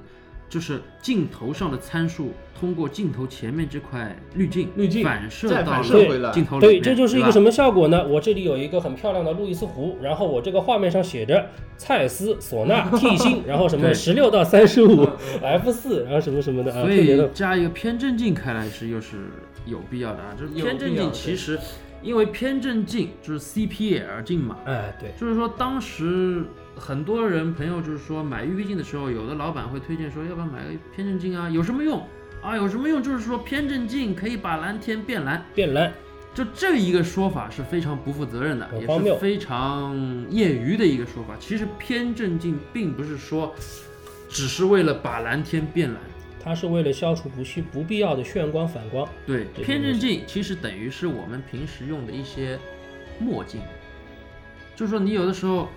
就是镜头上的参数通过镜头前面这块滤镜滤镜反射再到反了射回来镜头里对，面这就是一吧个什么效果呢？我这里有一个很漂亮的路易斯湖，然后我这个画面上写着蔡司、唢 呐、T 星，然后什么对嗯十六到三十五、F 四，然后什么什么的啊，所特别以的。加一个偏振镜开来是又是有必要的啊。这有偏振必要镜对其实，因为偏振镜就是 CPR 镜嘛，哎，对，就是说当时很多人朋友就是说买 UV 镜的时候，有的老板会推荐说，要不要买个偏振镜啊？有什么用啊？有什么用？就是说偏振镜可以把蓝天变蓝。变蓝，就这一个说法是非常不负责任的，很也荒谬是非常业余的一个说法。其实偏振镜并不是说只是为了把蓝天变蓝，它是为了消除不需不必要的眩光、反光。对，对偏振镜其实等于是我们平时用的一些墨镜，就是说你有的时候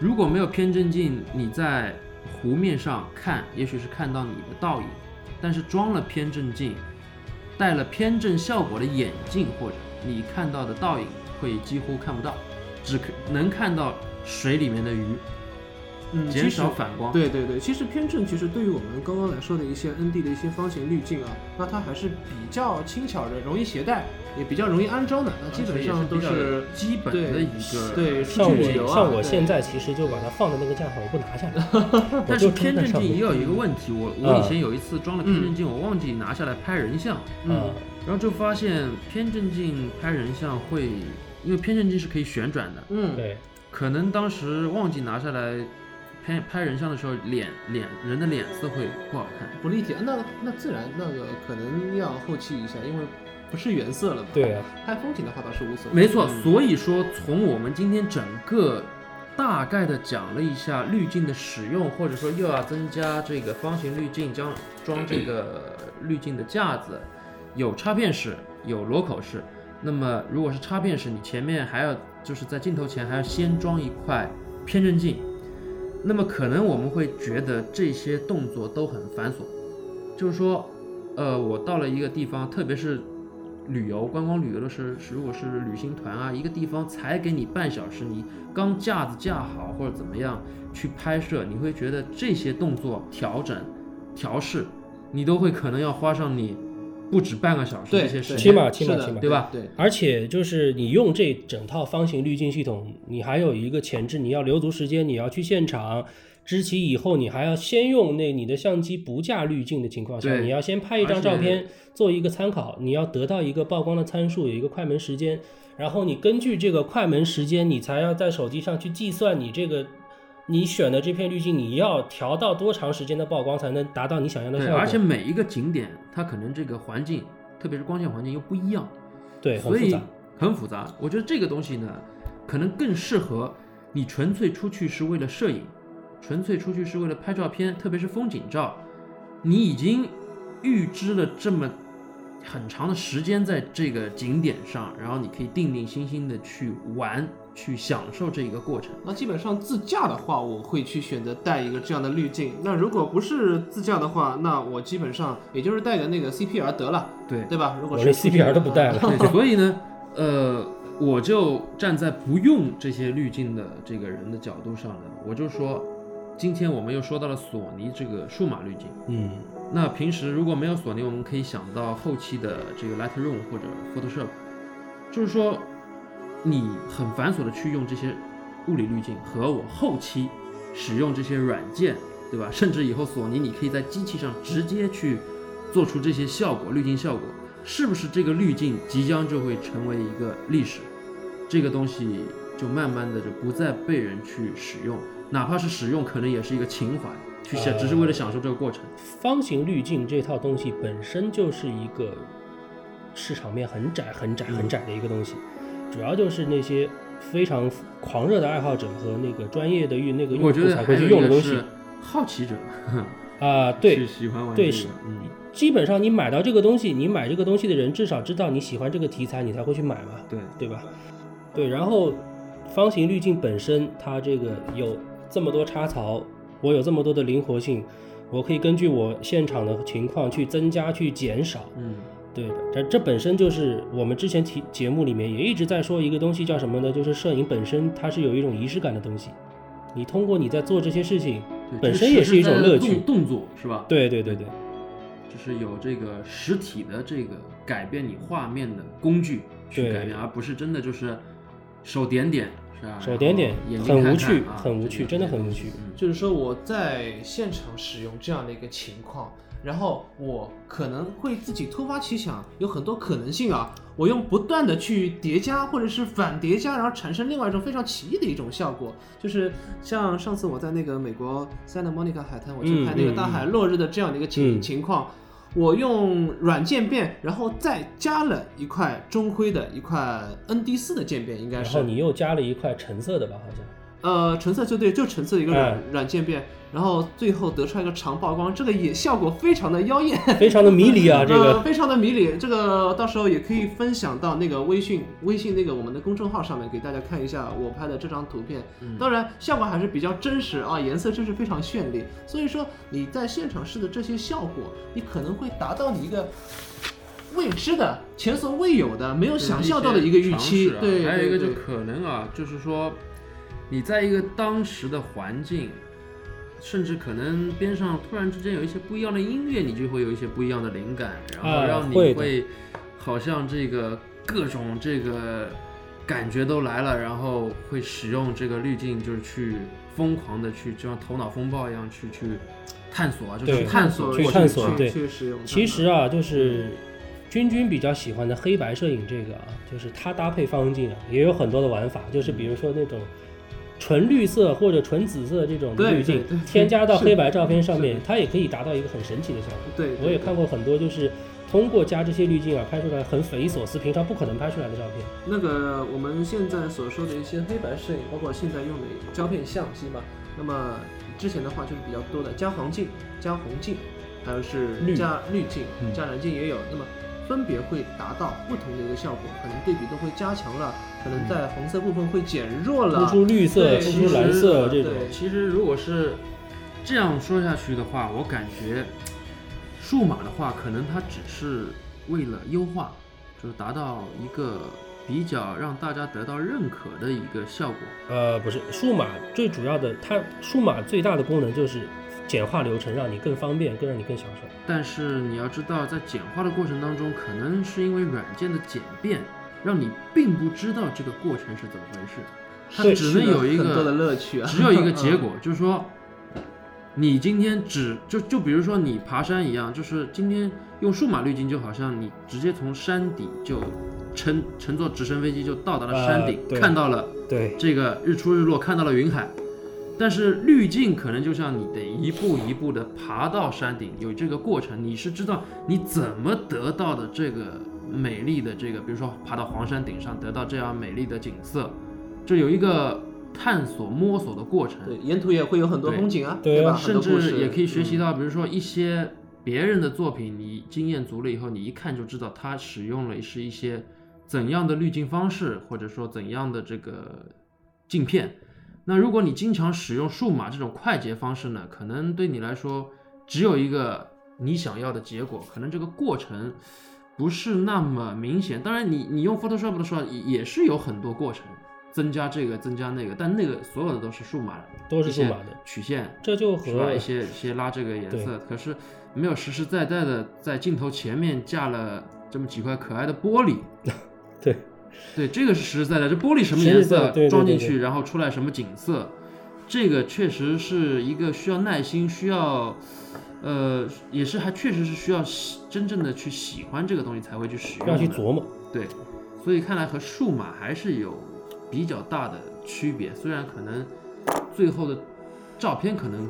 如果没有偏振镜，你在湖面上看，也许是看到你的倒影，但是装了偏振镜，戴了偏振效果的眼镜，或者你看到的倒影会几乎看不到，只可能看到水里面的鱼，嗯，减其实少反光。对对对，其实偏振其实对于我们刚刚来说的一些 ND 的一些方形滤镜啊，那它还是比较轻巧的，容易携带，也比较容易安装的。那基啊本上都而且也是是比较基本的对一个对出像去我旅游啊，像我对现在其实就把它放在那个架上，我不 ，拿下来但是我就装偏在振上镜也面。有一个问题，我我嗯以前有一次装了偏振镜，我忘记拿下来拍人像，啊，然后就发现偏振镜拍人像会，因为偏振镜是可以旋转的，嗯，对，可能当时忘记拿下来拍拍人像的时候，脸脸人的脸色会不好看。不立体，那那自然那个可能要后期一下，因为不是原色了嘛。，对啊，拍风景的话倒是无所谓。没错，嗯所以说从我们今天整个大概的讲了一下滤镜的使用，或者说又要增加这个方形滤镜，将装这个滤镜的架子，有插片式，有裸口式。那么如果是插片式，你前面还要就是在镜头前还要先装一块偏振镜。那么可能我们会觉得这些动作都很繁琐，就是说，呃，我到了一个地方，特别是旅游、观光旅游的是，是如果是旅行团啊，一个地方才给你半小时，你刚架子架好或者怎么样去拍摄，你会觉得这些动作调整、调试，你都会可能要花上你不止半个小时对这些时对起间。码起是码的起码对吧对，而且就是你用这整套方形滤镜系统，你还有一个前置，你要留足时间，你要去现场。知其以后，你还要先用那你的相机不加滤镜的情况下，对你要先拍一张照片做一个参考，你要得到一个曝光的参数，有一个快门时间，然后你根据这个快门时间，你才要在手机上去计算你这个你选的这片滤镜，你要调到多长时间的曝光才能达到你想要的效对，果。而且每一个景点它可能这个环境，特别是光线环境又不一样，对，很所复以杂。很复杂。我觉得这个东西呢，可能更适合你纯粹出去是为了摄影，纯粹出去是为了拍照片，特别是风景照。你已经预知了这么很长的时间在这个景点上，然后你可以定定心心的去玩，去享受这一个过程。那基本上自驾的话，我会去选择带一个这样的滤镜。那如果不是自驾的话，那我基本上也就是带个那个 CPR 得了，对，对吧？如果我是连出去 CPR 都不带了 啊对，所以呢，呃，我就站在不用这些滤镜的这个人的角度上呢，我就说，今天我们又说到了索尼这个数码滤镜。嗯，那平时如果没有索尼，我们可以想到后期的这个 Lightroom 或者 Photoshop，就是说，你很繁琐的去用这些物理滤镜和我后期使用这些软件，对吧？甚至以后索尼你可以在机器上直接去做出这些效果，滤镜效果，是不是这个滤镜即将就会成为一个历史？这个东西就慢慢的就不再被人去使用，哪怕是使用，可能也是一个情怀，去想，只是为了享受这个过程。方形滤镜这套东西本身就是一个市场面很窄、很窄、嗯很窄的一个东西，主要就是那些非常狂热的爱好者和那个专业的用那个用我觉户得才还会有去一用的个东是西好奇者，啊。 对去，喜欢玩对这是个，嗯，基本上你买到这个东西，你买这个东西的人至少知道你喜欢这个题材，你才会去买嘛，对，对吧？对，然后方形滤镜本身它这个有这么多插槽，我有这么多的灵活性，我可以根据我现场的情况去增加、去减少。嗯，对的，这这本身就是我们之前提节目里面也一直在说一个东西叫什么呢？就是摄影本身它是有一种仪式感的东西，你通过你在做这些事情，对本这身实也嗯实是一在种在的乐趣动动作是吧？，对对对对，就是有这个实体的这个改变你画面的工具去对改变，而不是真的就是手点点是吧？手点点然后眼睛很看无看趣啊很无趣这个真的很这个无趣嗯就是说我在现场使用这样的一个情况，然后我可能会自己突发奇想，有很多可能性啊。我用不断的去叠加或者是反叠加，然后产生另外一种非常奇异的一种效果。就是像上次我在那个美国 Santa Monica 海滩，我去拍那个嗯嗯大海落日的这样的一个情、嗯情况。我用软渐变，然后再加了一块中灰的一块 ND 四的渐变，应该然是。后你又加了一块橙色的吧，好像呃，橙色就对，就橙色一个软、哎嗯软渐变，然后最后得出来一个长曝光，这个也效果非常的妖艳，非常的迷离啊，这呃、 个非常的迷离。这个到时候也可以分享到那个微信微信那个我们的公众号上面，给大家看一下我拍的这张图片。嗯当然效果还是比较真实啊，颜色真是非常绚丽。所以说你在现场试的这些效果，你可能会达到你一个。未知的、前所未有的、没有就是想一象到些的一个预尝期试，啊对，还有一对个就对可能啊，就是说，你在一个当时的环境，甚至可能边上突然之间有一些不一样的音乐，你就会有一些不一样的灵感，然后啊让你会的会好像这个各种这个感觉都来了，然后会使用这个滤镜，就是去疯狂的去，就像头脑风暴一样去去探索啊，就是对去探索去过探程索啊对去使用它们。其实啊，就是君君比较喜欢的黑白摄影这个啊，就是它搭配放镜啊，也有很多的玩法，就是比如说那种。纯绿色或者纯紫色这种对滤镜对对对添 加到是黑白照片上是面的，它也可以达到一个很神奇的效果。对，对我也看对过很多，就是通过加这些滤镜啊，拍出来很匪夷所思、平常不可能拍出来的照片。那个我们现在所说的一些黑白摄影，包括现在用的胶片相机嘛，那么之前的话就是比较多的加黄镜、加红镜，还有是滤加滤镜、嗯加蓝镜也有，那么分别会达到不同的一个效果，可能对比度会加强了，可能在红色部分会减弱嗯突了。出绿色、对突其出实蓝色这种，对其实如果是这样说下去的话，我感觉数码的话，可能它只是为了优化，就是达到一个比较让大家得到认可的一个效果。呃，不是数码最主要的，它数码最大的功能就是简化流程，让你更方便，更让你更享受。但是你要知道，在简化的过程当中，可能是因为软件的简便，让你并不知道这个过程是怎么回事，它对只能有一很多个的乐趣啊，只有一 个结果，就是说，你今天只就就比如说你爬山一样，就是今天用数码滤镜，就好像你直接从山底就乘乘坐直升飞机就到达了啊山顶，对看到了对，这个日出日落，看到了云海。但是滤镜可能就像你得一步一步的爬到山顶，有这个过程，你是知道你怎么得到的这个美丽的这个，比如说爬到黄山顶上得到这样美丽的景色，这有一个探索摸索的过程。对，沿途也会有很多对风景啊，对啊吧？很甚多故至事也可以学习嗯到，比如说一些别人的作品，你经验足了以后，你一看就知道他使用了是一些怎样的滤镜方式，或者说怎样的这个镜片。那如果你经常使用数码这种快捷方式呢，可能对你来说只有一个你想要的结果，可能这个过程不是那么明显。当然你，你用 Photoshop 的时候也也是有很多过程，增加这个增加那个，但那个所有的都是数码的，都是一些数码的曲线，这就是吧？和一些一些拉这个颜对色，可是没有实实在在的在镜头前面架了这么几块可爱的玻璃。 对对，这个是实实在在，这玻璃什么实实颜在色对对装进对去，然后出来什么景色，这个确实是一个需要耐心，需要。呃，也是还确实是需要喜真正的去喜欢这个东西才会去使用的，要去琢磨，对，所以看来和数码还是有比较大的区别，虽然可能最后的照片可能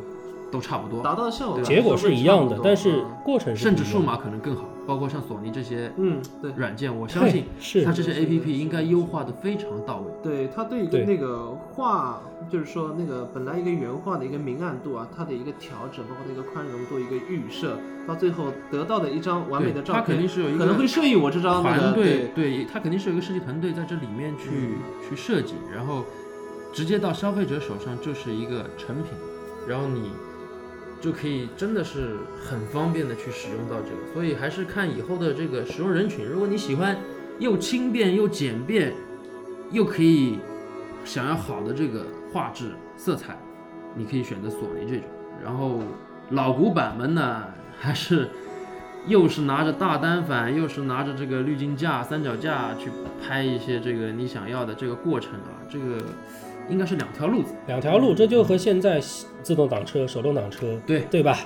都差不达多，到的效果对吧结果是一样都的会，但差不是多嗯过程是甚不至一数样的码可能更好，包括像索尼这些嗯，对。软件，我相信对是它这些是的 APP 是的应该优化的非常到位。对它对一个对那个画，就是说那个本来一个原画的一个明暗度啊，它的一个调整，包括它一个宽容度、一个预设，到最后得到的一张完美对的照它片，肯定是有一个可能会设计我这张那团个嗯队对它肯定是有一个设计团队在这里面去、去设计，然后直接到消费者手上就是一个成品，然后你就可以真的是很方便的去使用到这个，所以还是看以后的这个使用人群。如果你喜欢又轻便又简便，又可以想要好的这个画质色彩，你可以选择索尼这种。然后老古板们呢，还是又是拿着大单反，又是拿着这个滤镜架、三脚架去拍一些这个你想要的这个过程啊，这个应该是两条路子。两条路，这就和现在自动挡车、手动挡车，对对吧？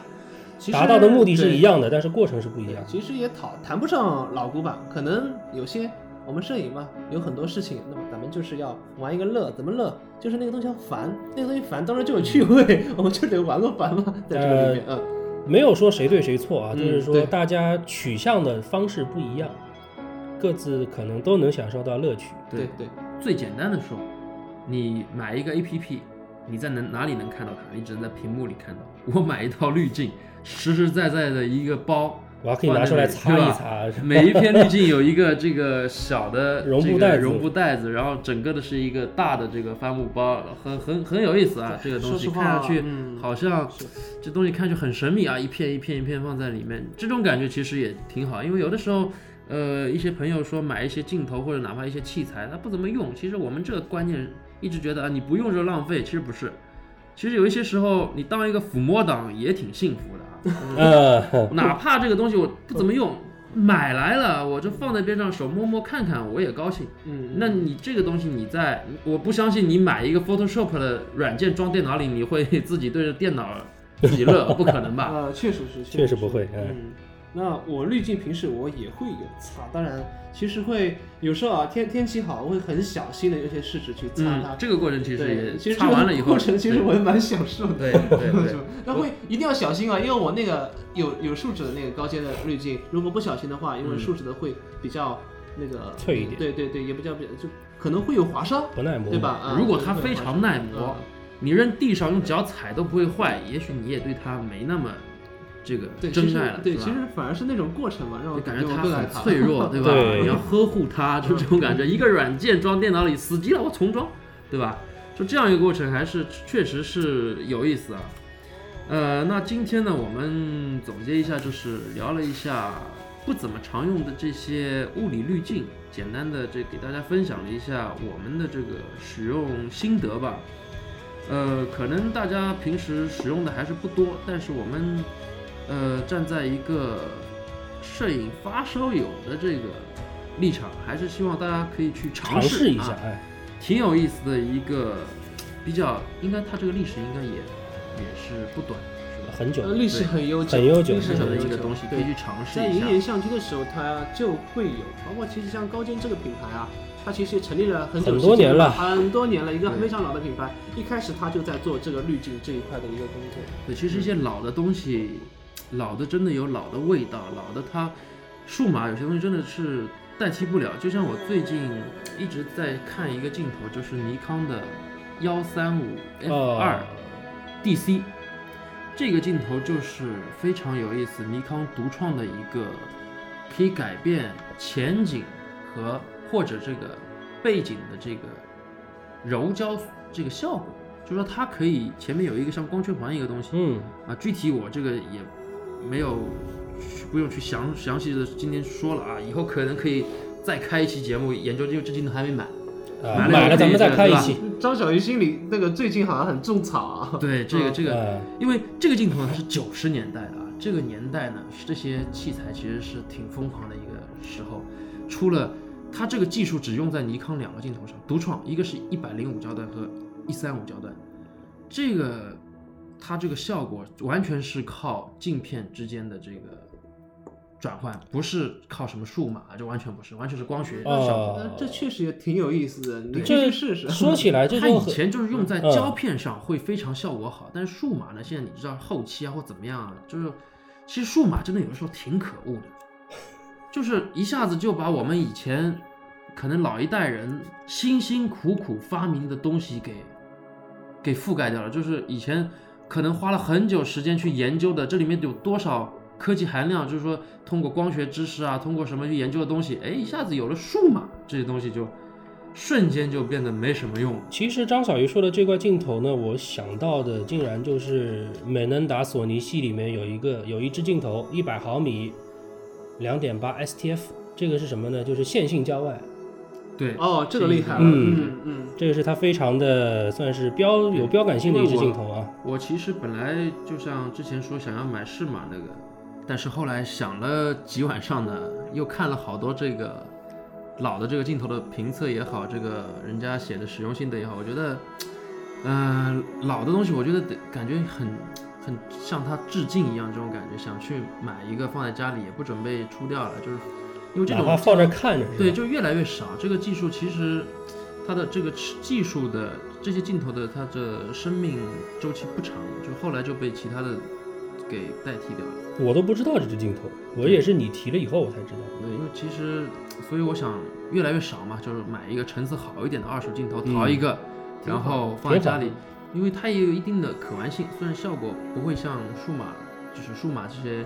其实达到的目的是一样样的，但是过程是不一样的。其实也讨谈不上老古板，可能有些我们摄影嘛，有很多事情，那么咱们就是要玩一个乐，怎么乐？就是那个东西要烦，那个东西烦，当然就有趣味， 我们就得玩个烦嘛，在这个里呃面，嗯。没有说谁对谁错啊，嗯就是说对大家取向的方式不一样，各自可能都能享受到乐趣。对对，最简单的说，你买一个 APP，你在能哪里能看到它？你只能在屏幕里看到。我买一套滤镜，实实在在的一个包，我还可以拿出来擦一擦，啊对吧 每一片滤镜有一个这个小的绒布这个袋子绒布袋子，然后整个的是一个大的这个帆布包，很很很有意思啊！这个东西说实话看上去嗯好像是这东西看上去很神秘啊，一片一片一片放在里面，这种感觉其实也挺好。因为有的时候，呃，一些朋友说买一些镜头或者哪怕一些器材，他不怎么用。其实我们这个观念一直觉得啊，你不用就浪费，其实不是。其实有一些时候，你当一个抚摸党也挺幸福的啊。呃，哼哪怕这个东西我不怎么用，嗯买来了我就放在边上，手摸摸看看，我也高兴。嗯，那你这个东西你在，我不相信你买一个 Photoshop 的软件装电脑里，你会 自己对着电脑自己乐，不可能 吧？嗯呃，确实是，确实实不是会嗯嗯，那我滤镜平时我也会有擦，当然其实会有时候啊，天天气好，我会很小心的用一些试纸去擦嗯它。，这个过程其对，实其也实擦完了以这后，个过程其实我也蛮享受的。 对对对对是吧那会一定要小心啊，因为我那个有有树脂的那个高阶的滤镜，如果不小心的话，因为嗯树脂的会比较那个脆一点对对对，也比较比较就可能会有划伤，不耐磨，对？啊吧？啊嗯如果会它会有非划常伤嗯耐磨，你扔地上用脚踩都不会坏，也许你也对它没那么这个对，其真实爱了，对，是吧其实反而是那种过程嘛，让我就感觉我它更爱很嗯它。脆 弱，对吧？对你要呵护 它，就这种感觉。一个软件装电脑里死机了，我重装，对吧？就这样一个过程，还是确实是有意思啊。呃，那今天呢，我们总结一下，就是聊了一下不怎么常用的这些物理滤镜，简单的这给大家分享了一下我们的这个使用心得吧。呃，可能大家平时使用的还是不多，但是我们呃站在一个摄影发烧友的这个立场，还是希望大家可以去尝尝试一啊下，哎，挺有意思的一个比较，应该它这个历史应该也也是不短，是吧？很久呃，。历史很悠久，很悠久历史这样的很一悠个久东西，可以对。去尝试在一银下。眼相机的时候，它就会有，包括其实像高尖这个品牌啊，它其实也成立了很久很多年了时间很多年了，一个对非常老的品牌，一开始它就在做这个滤镜这一块的一个工作。对，其实一些老的东西，老的真的有老的味道，老的它数码有些东西真的是代替不了。就像我最近一直在看一个镜头，就是尼康的幺三五 F 哦二 DC，、这个镜头就是非常有意思，尼康独创的一个可以改变前景和或者这个背景的这个柔焦这个效果，就说它可以前面有一个像光圈环一个东西，嗯，啊，具体我这个也没有去不用去详详细的今天说了啊，以后可能可以再开一期节目研究，因为这镜头还没买。啊，买买了了咱们再开一对期。张小鱼心里那个最近好像很种草 啊，对，这个嗯这个，呃，因为这个镜头它是九十年代的啊，这个年代呢，这些器材其实是挺疯狂的一个时候，出了它这个技术只用在尼康两个镜头上，独创，一个是一百零五焦段和一三五焦段，这个它这个效果完全是靠镜片之间的这个转换，不是靠什么数码，这完全不是，完全是光学效果。哦呃，这确实也挺有意思的，你可以这去试试。说起来这它就以很前就是用在嗯胶片上会非常效果好，但是数码呢，现在你知道后期啊或怎么样啊，就是其实数码真的有的时候挺可恶的，就是一下子就把我们以前可能老一代人辛辛苦苦发明的东西给给覆盖掉了，就是以前可能花了很久时间去研究的，这里面有多少科技含量，就是说通过光学知识啊，通过什么去研究的东西，哎，一下子有了数码这些东西就瞬间就变得没什么用了。其实张小鱼说的这块镜头呢，我想到的竟然就是美能达索尼系里面有一个有一支镜头一百毫米，两点八 STF，这个是什么呢？就是线性郊外，对， 哦，这个厉害了，嗯嗯嗯，这个是它非常的算是标有标杆性的一支镜头啊。我其实本来就像之前说想要买适马那个，但是后来想了几晚上呢，又看了好多这个老的这个镜头的评测也好，这个人家写的使用心得也好，我觉得，嗯、老的东西我觉得得感觉很很向他致敬一样，这种感觉，想去买一个放在家里也不准备出掉了，就是因为这哪种怕放着看着，对，，就越来越少。这个技术其实它的这个技术的这些镜头的它的生命周期不长，就后来就被其他的给代替掉了。我都不知道这支镜头，我也是你提了以后我才知道。对，因为其实所以我想越来越少嘛，就是买一个层次好一点的二手镜头，淘一个，挺然好后放在嗯挺家好里，因为它也有一定的可玩性，虽然效果不会像数码，就是数码这些。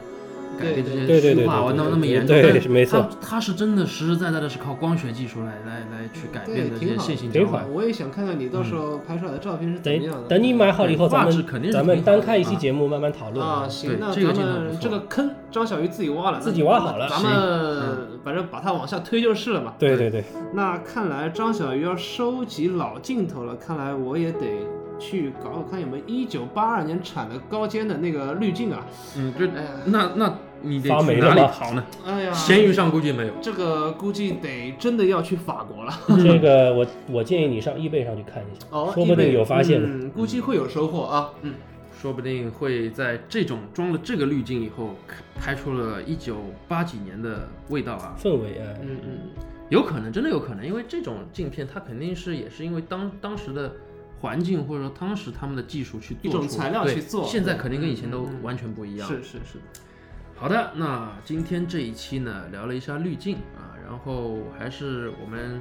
改变这嗯对对些对虚对化对那对那么对严重，对但是没错它它是真的实实在在的是靠光学技术来来来去改对变的这挺些好线性挺交好换。啊我也想看看你到时候拍出来的照片是怎么样的。嗯等等你买好了以后，咱画质们肯定是咱挺们好的单开一期啊节目慢慢讨论啊，对行，那这个咱镜头不们错这个坑，张小鱼自己挖了，自己挖好了嗯咱们反正把它往下推就是了嘛。对对对，那看来张小鱼要收集老镜头了，看来我也得去搞搞看有没有一九八二年产的高尖的那个滤镜啊。嗯，这哎呀那那你得发去霉哪了里吧淘呢？哎呀，闲鱼上估计没有。这个估计得真的要去法国了，这个我我建议你上易贝上去看一下，哦，说不定有发现的。嗯，估计会有收获啊。嗯，说不定会在这种装了这个滤镜以后，拍出了一九八几年的味道啊，氛围啊，嗯嗯，有可能，真的有可能，因为这种镜片它肯定是也是因为当当时的环境或者说当时他们的技术去做一种出材料对去做现在肯定跟以前都嗯嗯嗯完全不一样。是是是，好的，那今天这一期呢，聊了一下滤镜啊，然后还是我们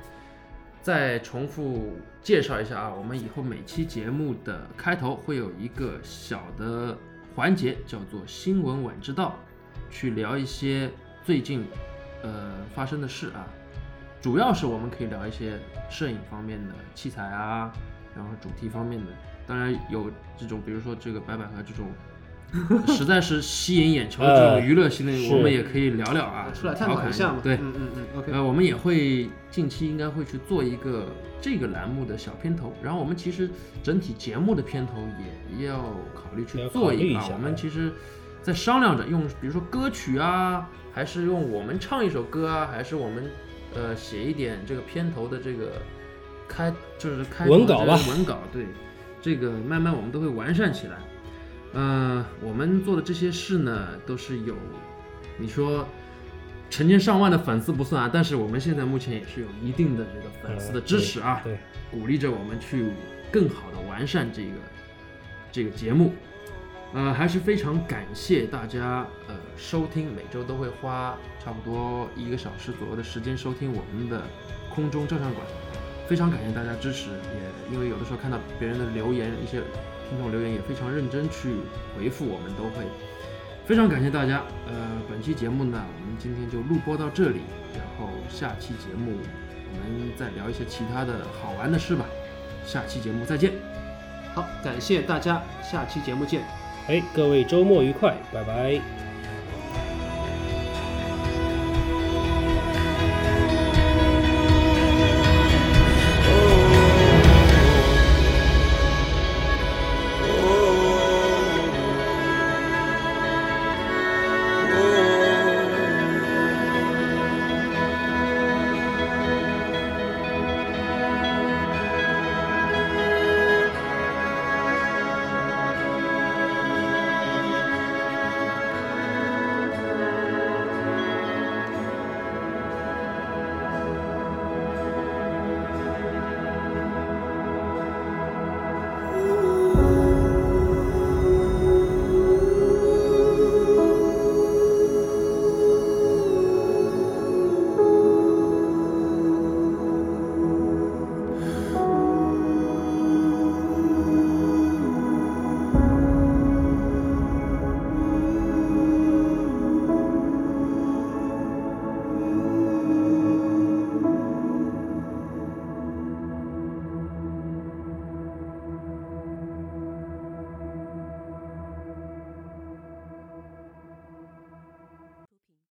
再重复介绍一下啊，我们以后每期节目的开头会有一个小的环节，叫做新闻晚知道，去聊一些最近呃发生的事啊，主要是我们可以聊一些摄影方面的器材啊，然后主题方面的，当然有这种，比如说这个白百合这种， 实在是吸引眼球的这呃种娱乐性的，是我们也可以聊聊啊，出来探调讨侃一下嘛。对，嗯嗯嗯，OK。呃，我们也会近期应该会去做一个这个栏目的小片头，然后我们其实整体节目的片头也要考虑去要做考虑一一个啊。下哎我们其实在商量着用，比如说歌曲啊，还是用我们唱一首歌啊，还是我们呃写一点这个片头的这个开就是开头文稿的吧文稿对，这个慢慢我们都会完善起来。嗯，我们做的这些事呢，都是有，你说成千上万的粉丝不算啊，但是我们现在目前也是有一定的这个粉丝的支持啊，嗯对，鼓励着我们去更好的完善这个这个节目。呃，还是非常感谢大家呃收听，每周都会花差不多一个小时左右的时间收听我们的空中照相馆，非常感谢大家支持，也因为有的时候看到别人的留言，一些听众留言也非常认真去回复，我们都会非常感谢大家。呃，本期节目呢，我们今天就录播到这里，然后下期节目我们再聊一些其他的好玩的事吧。下期节目再见。好，感谢大家，下期节目见。哎，各位周末愉快，拜拜。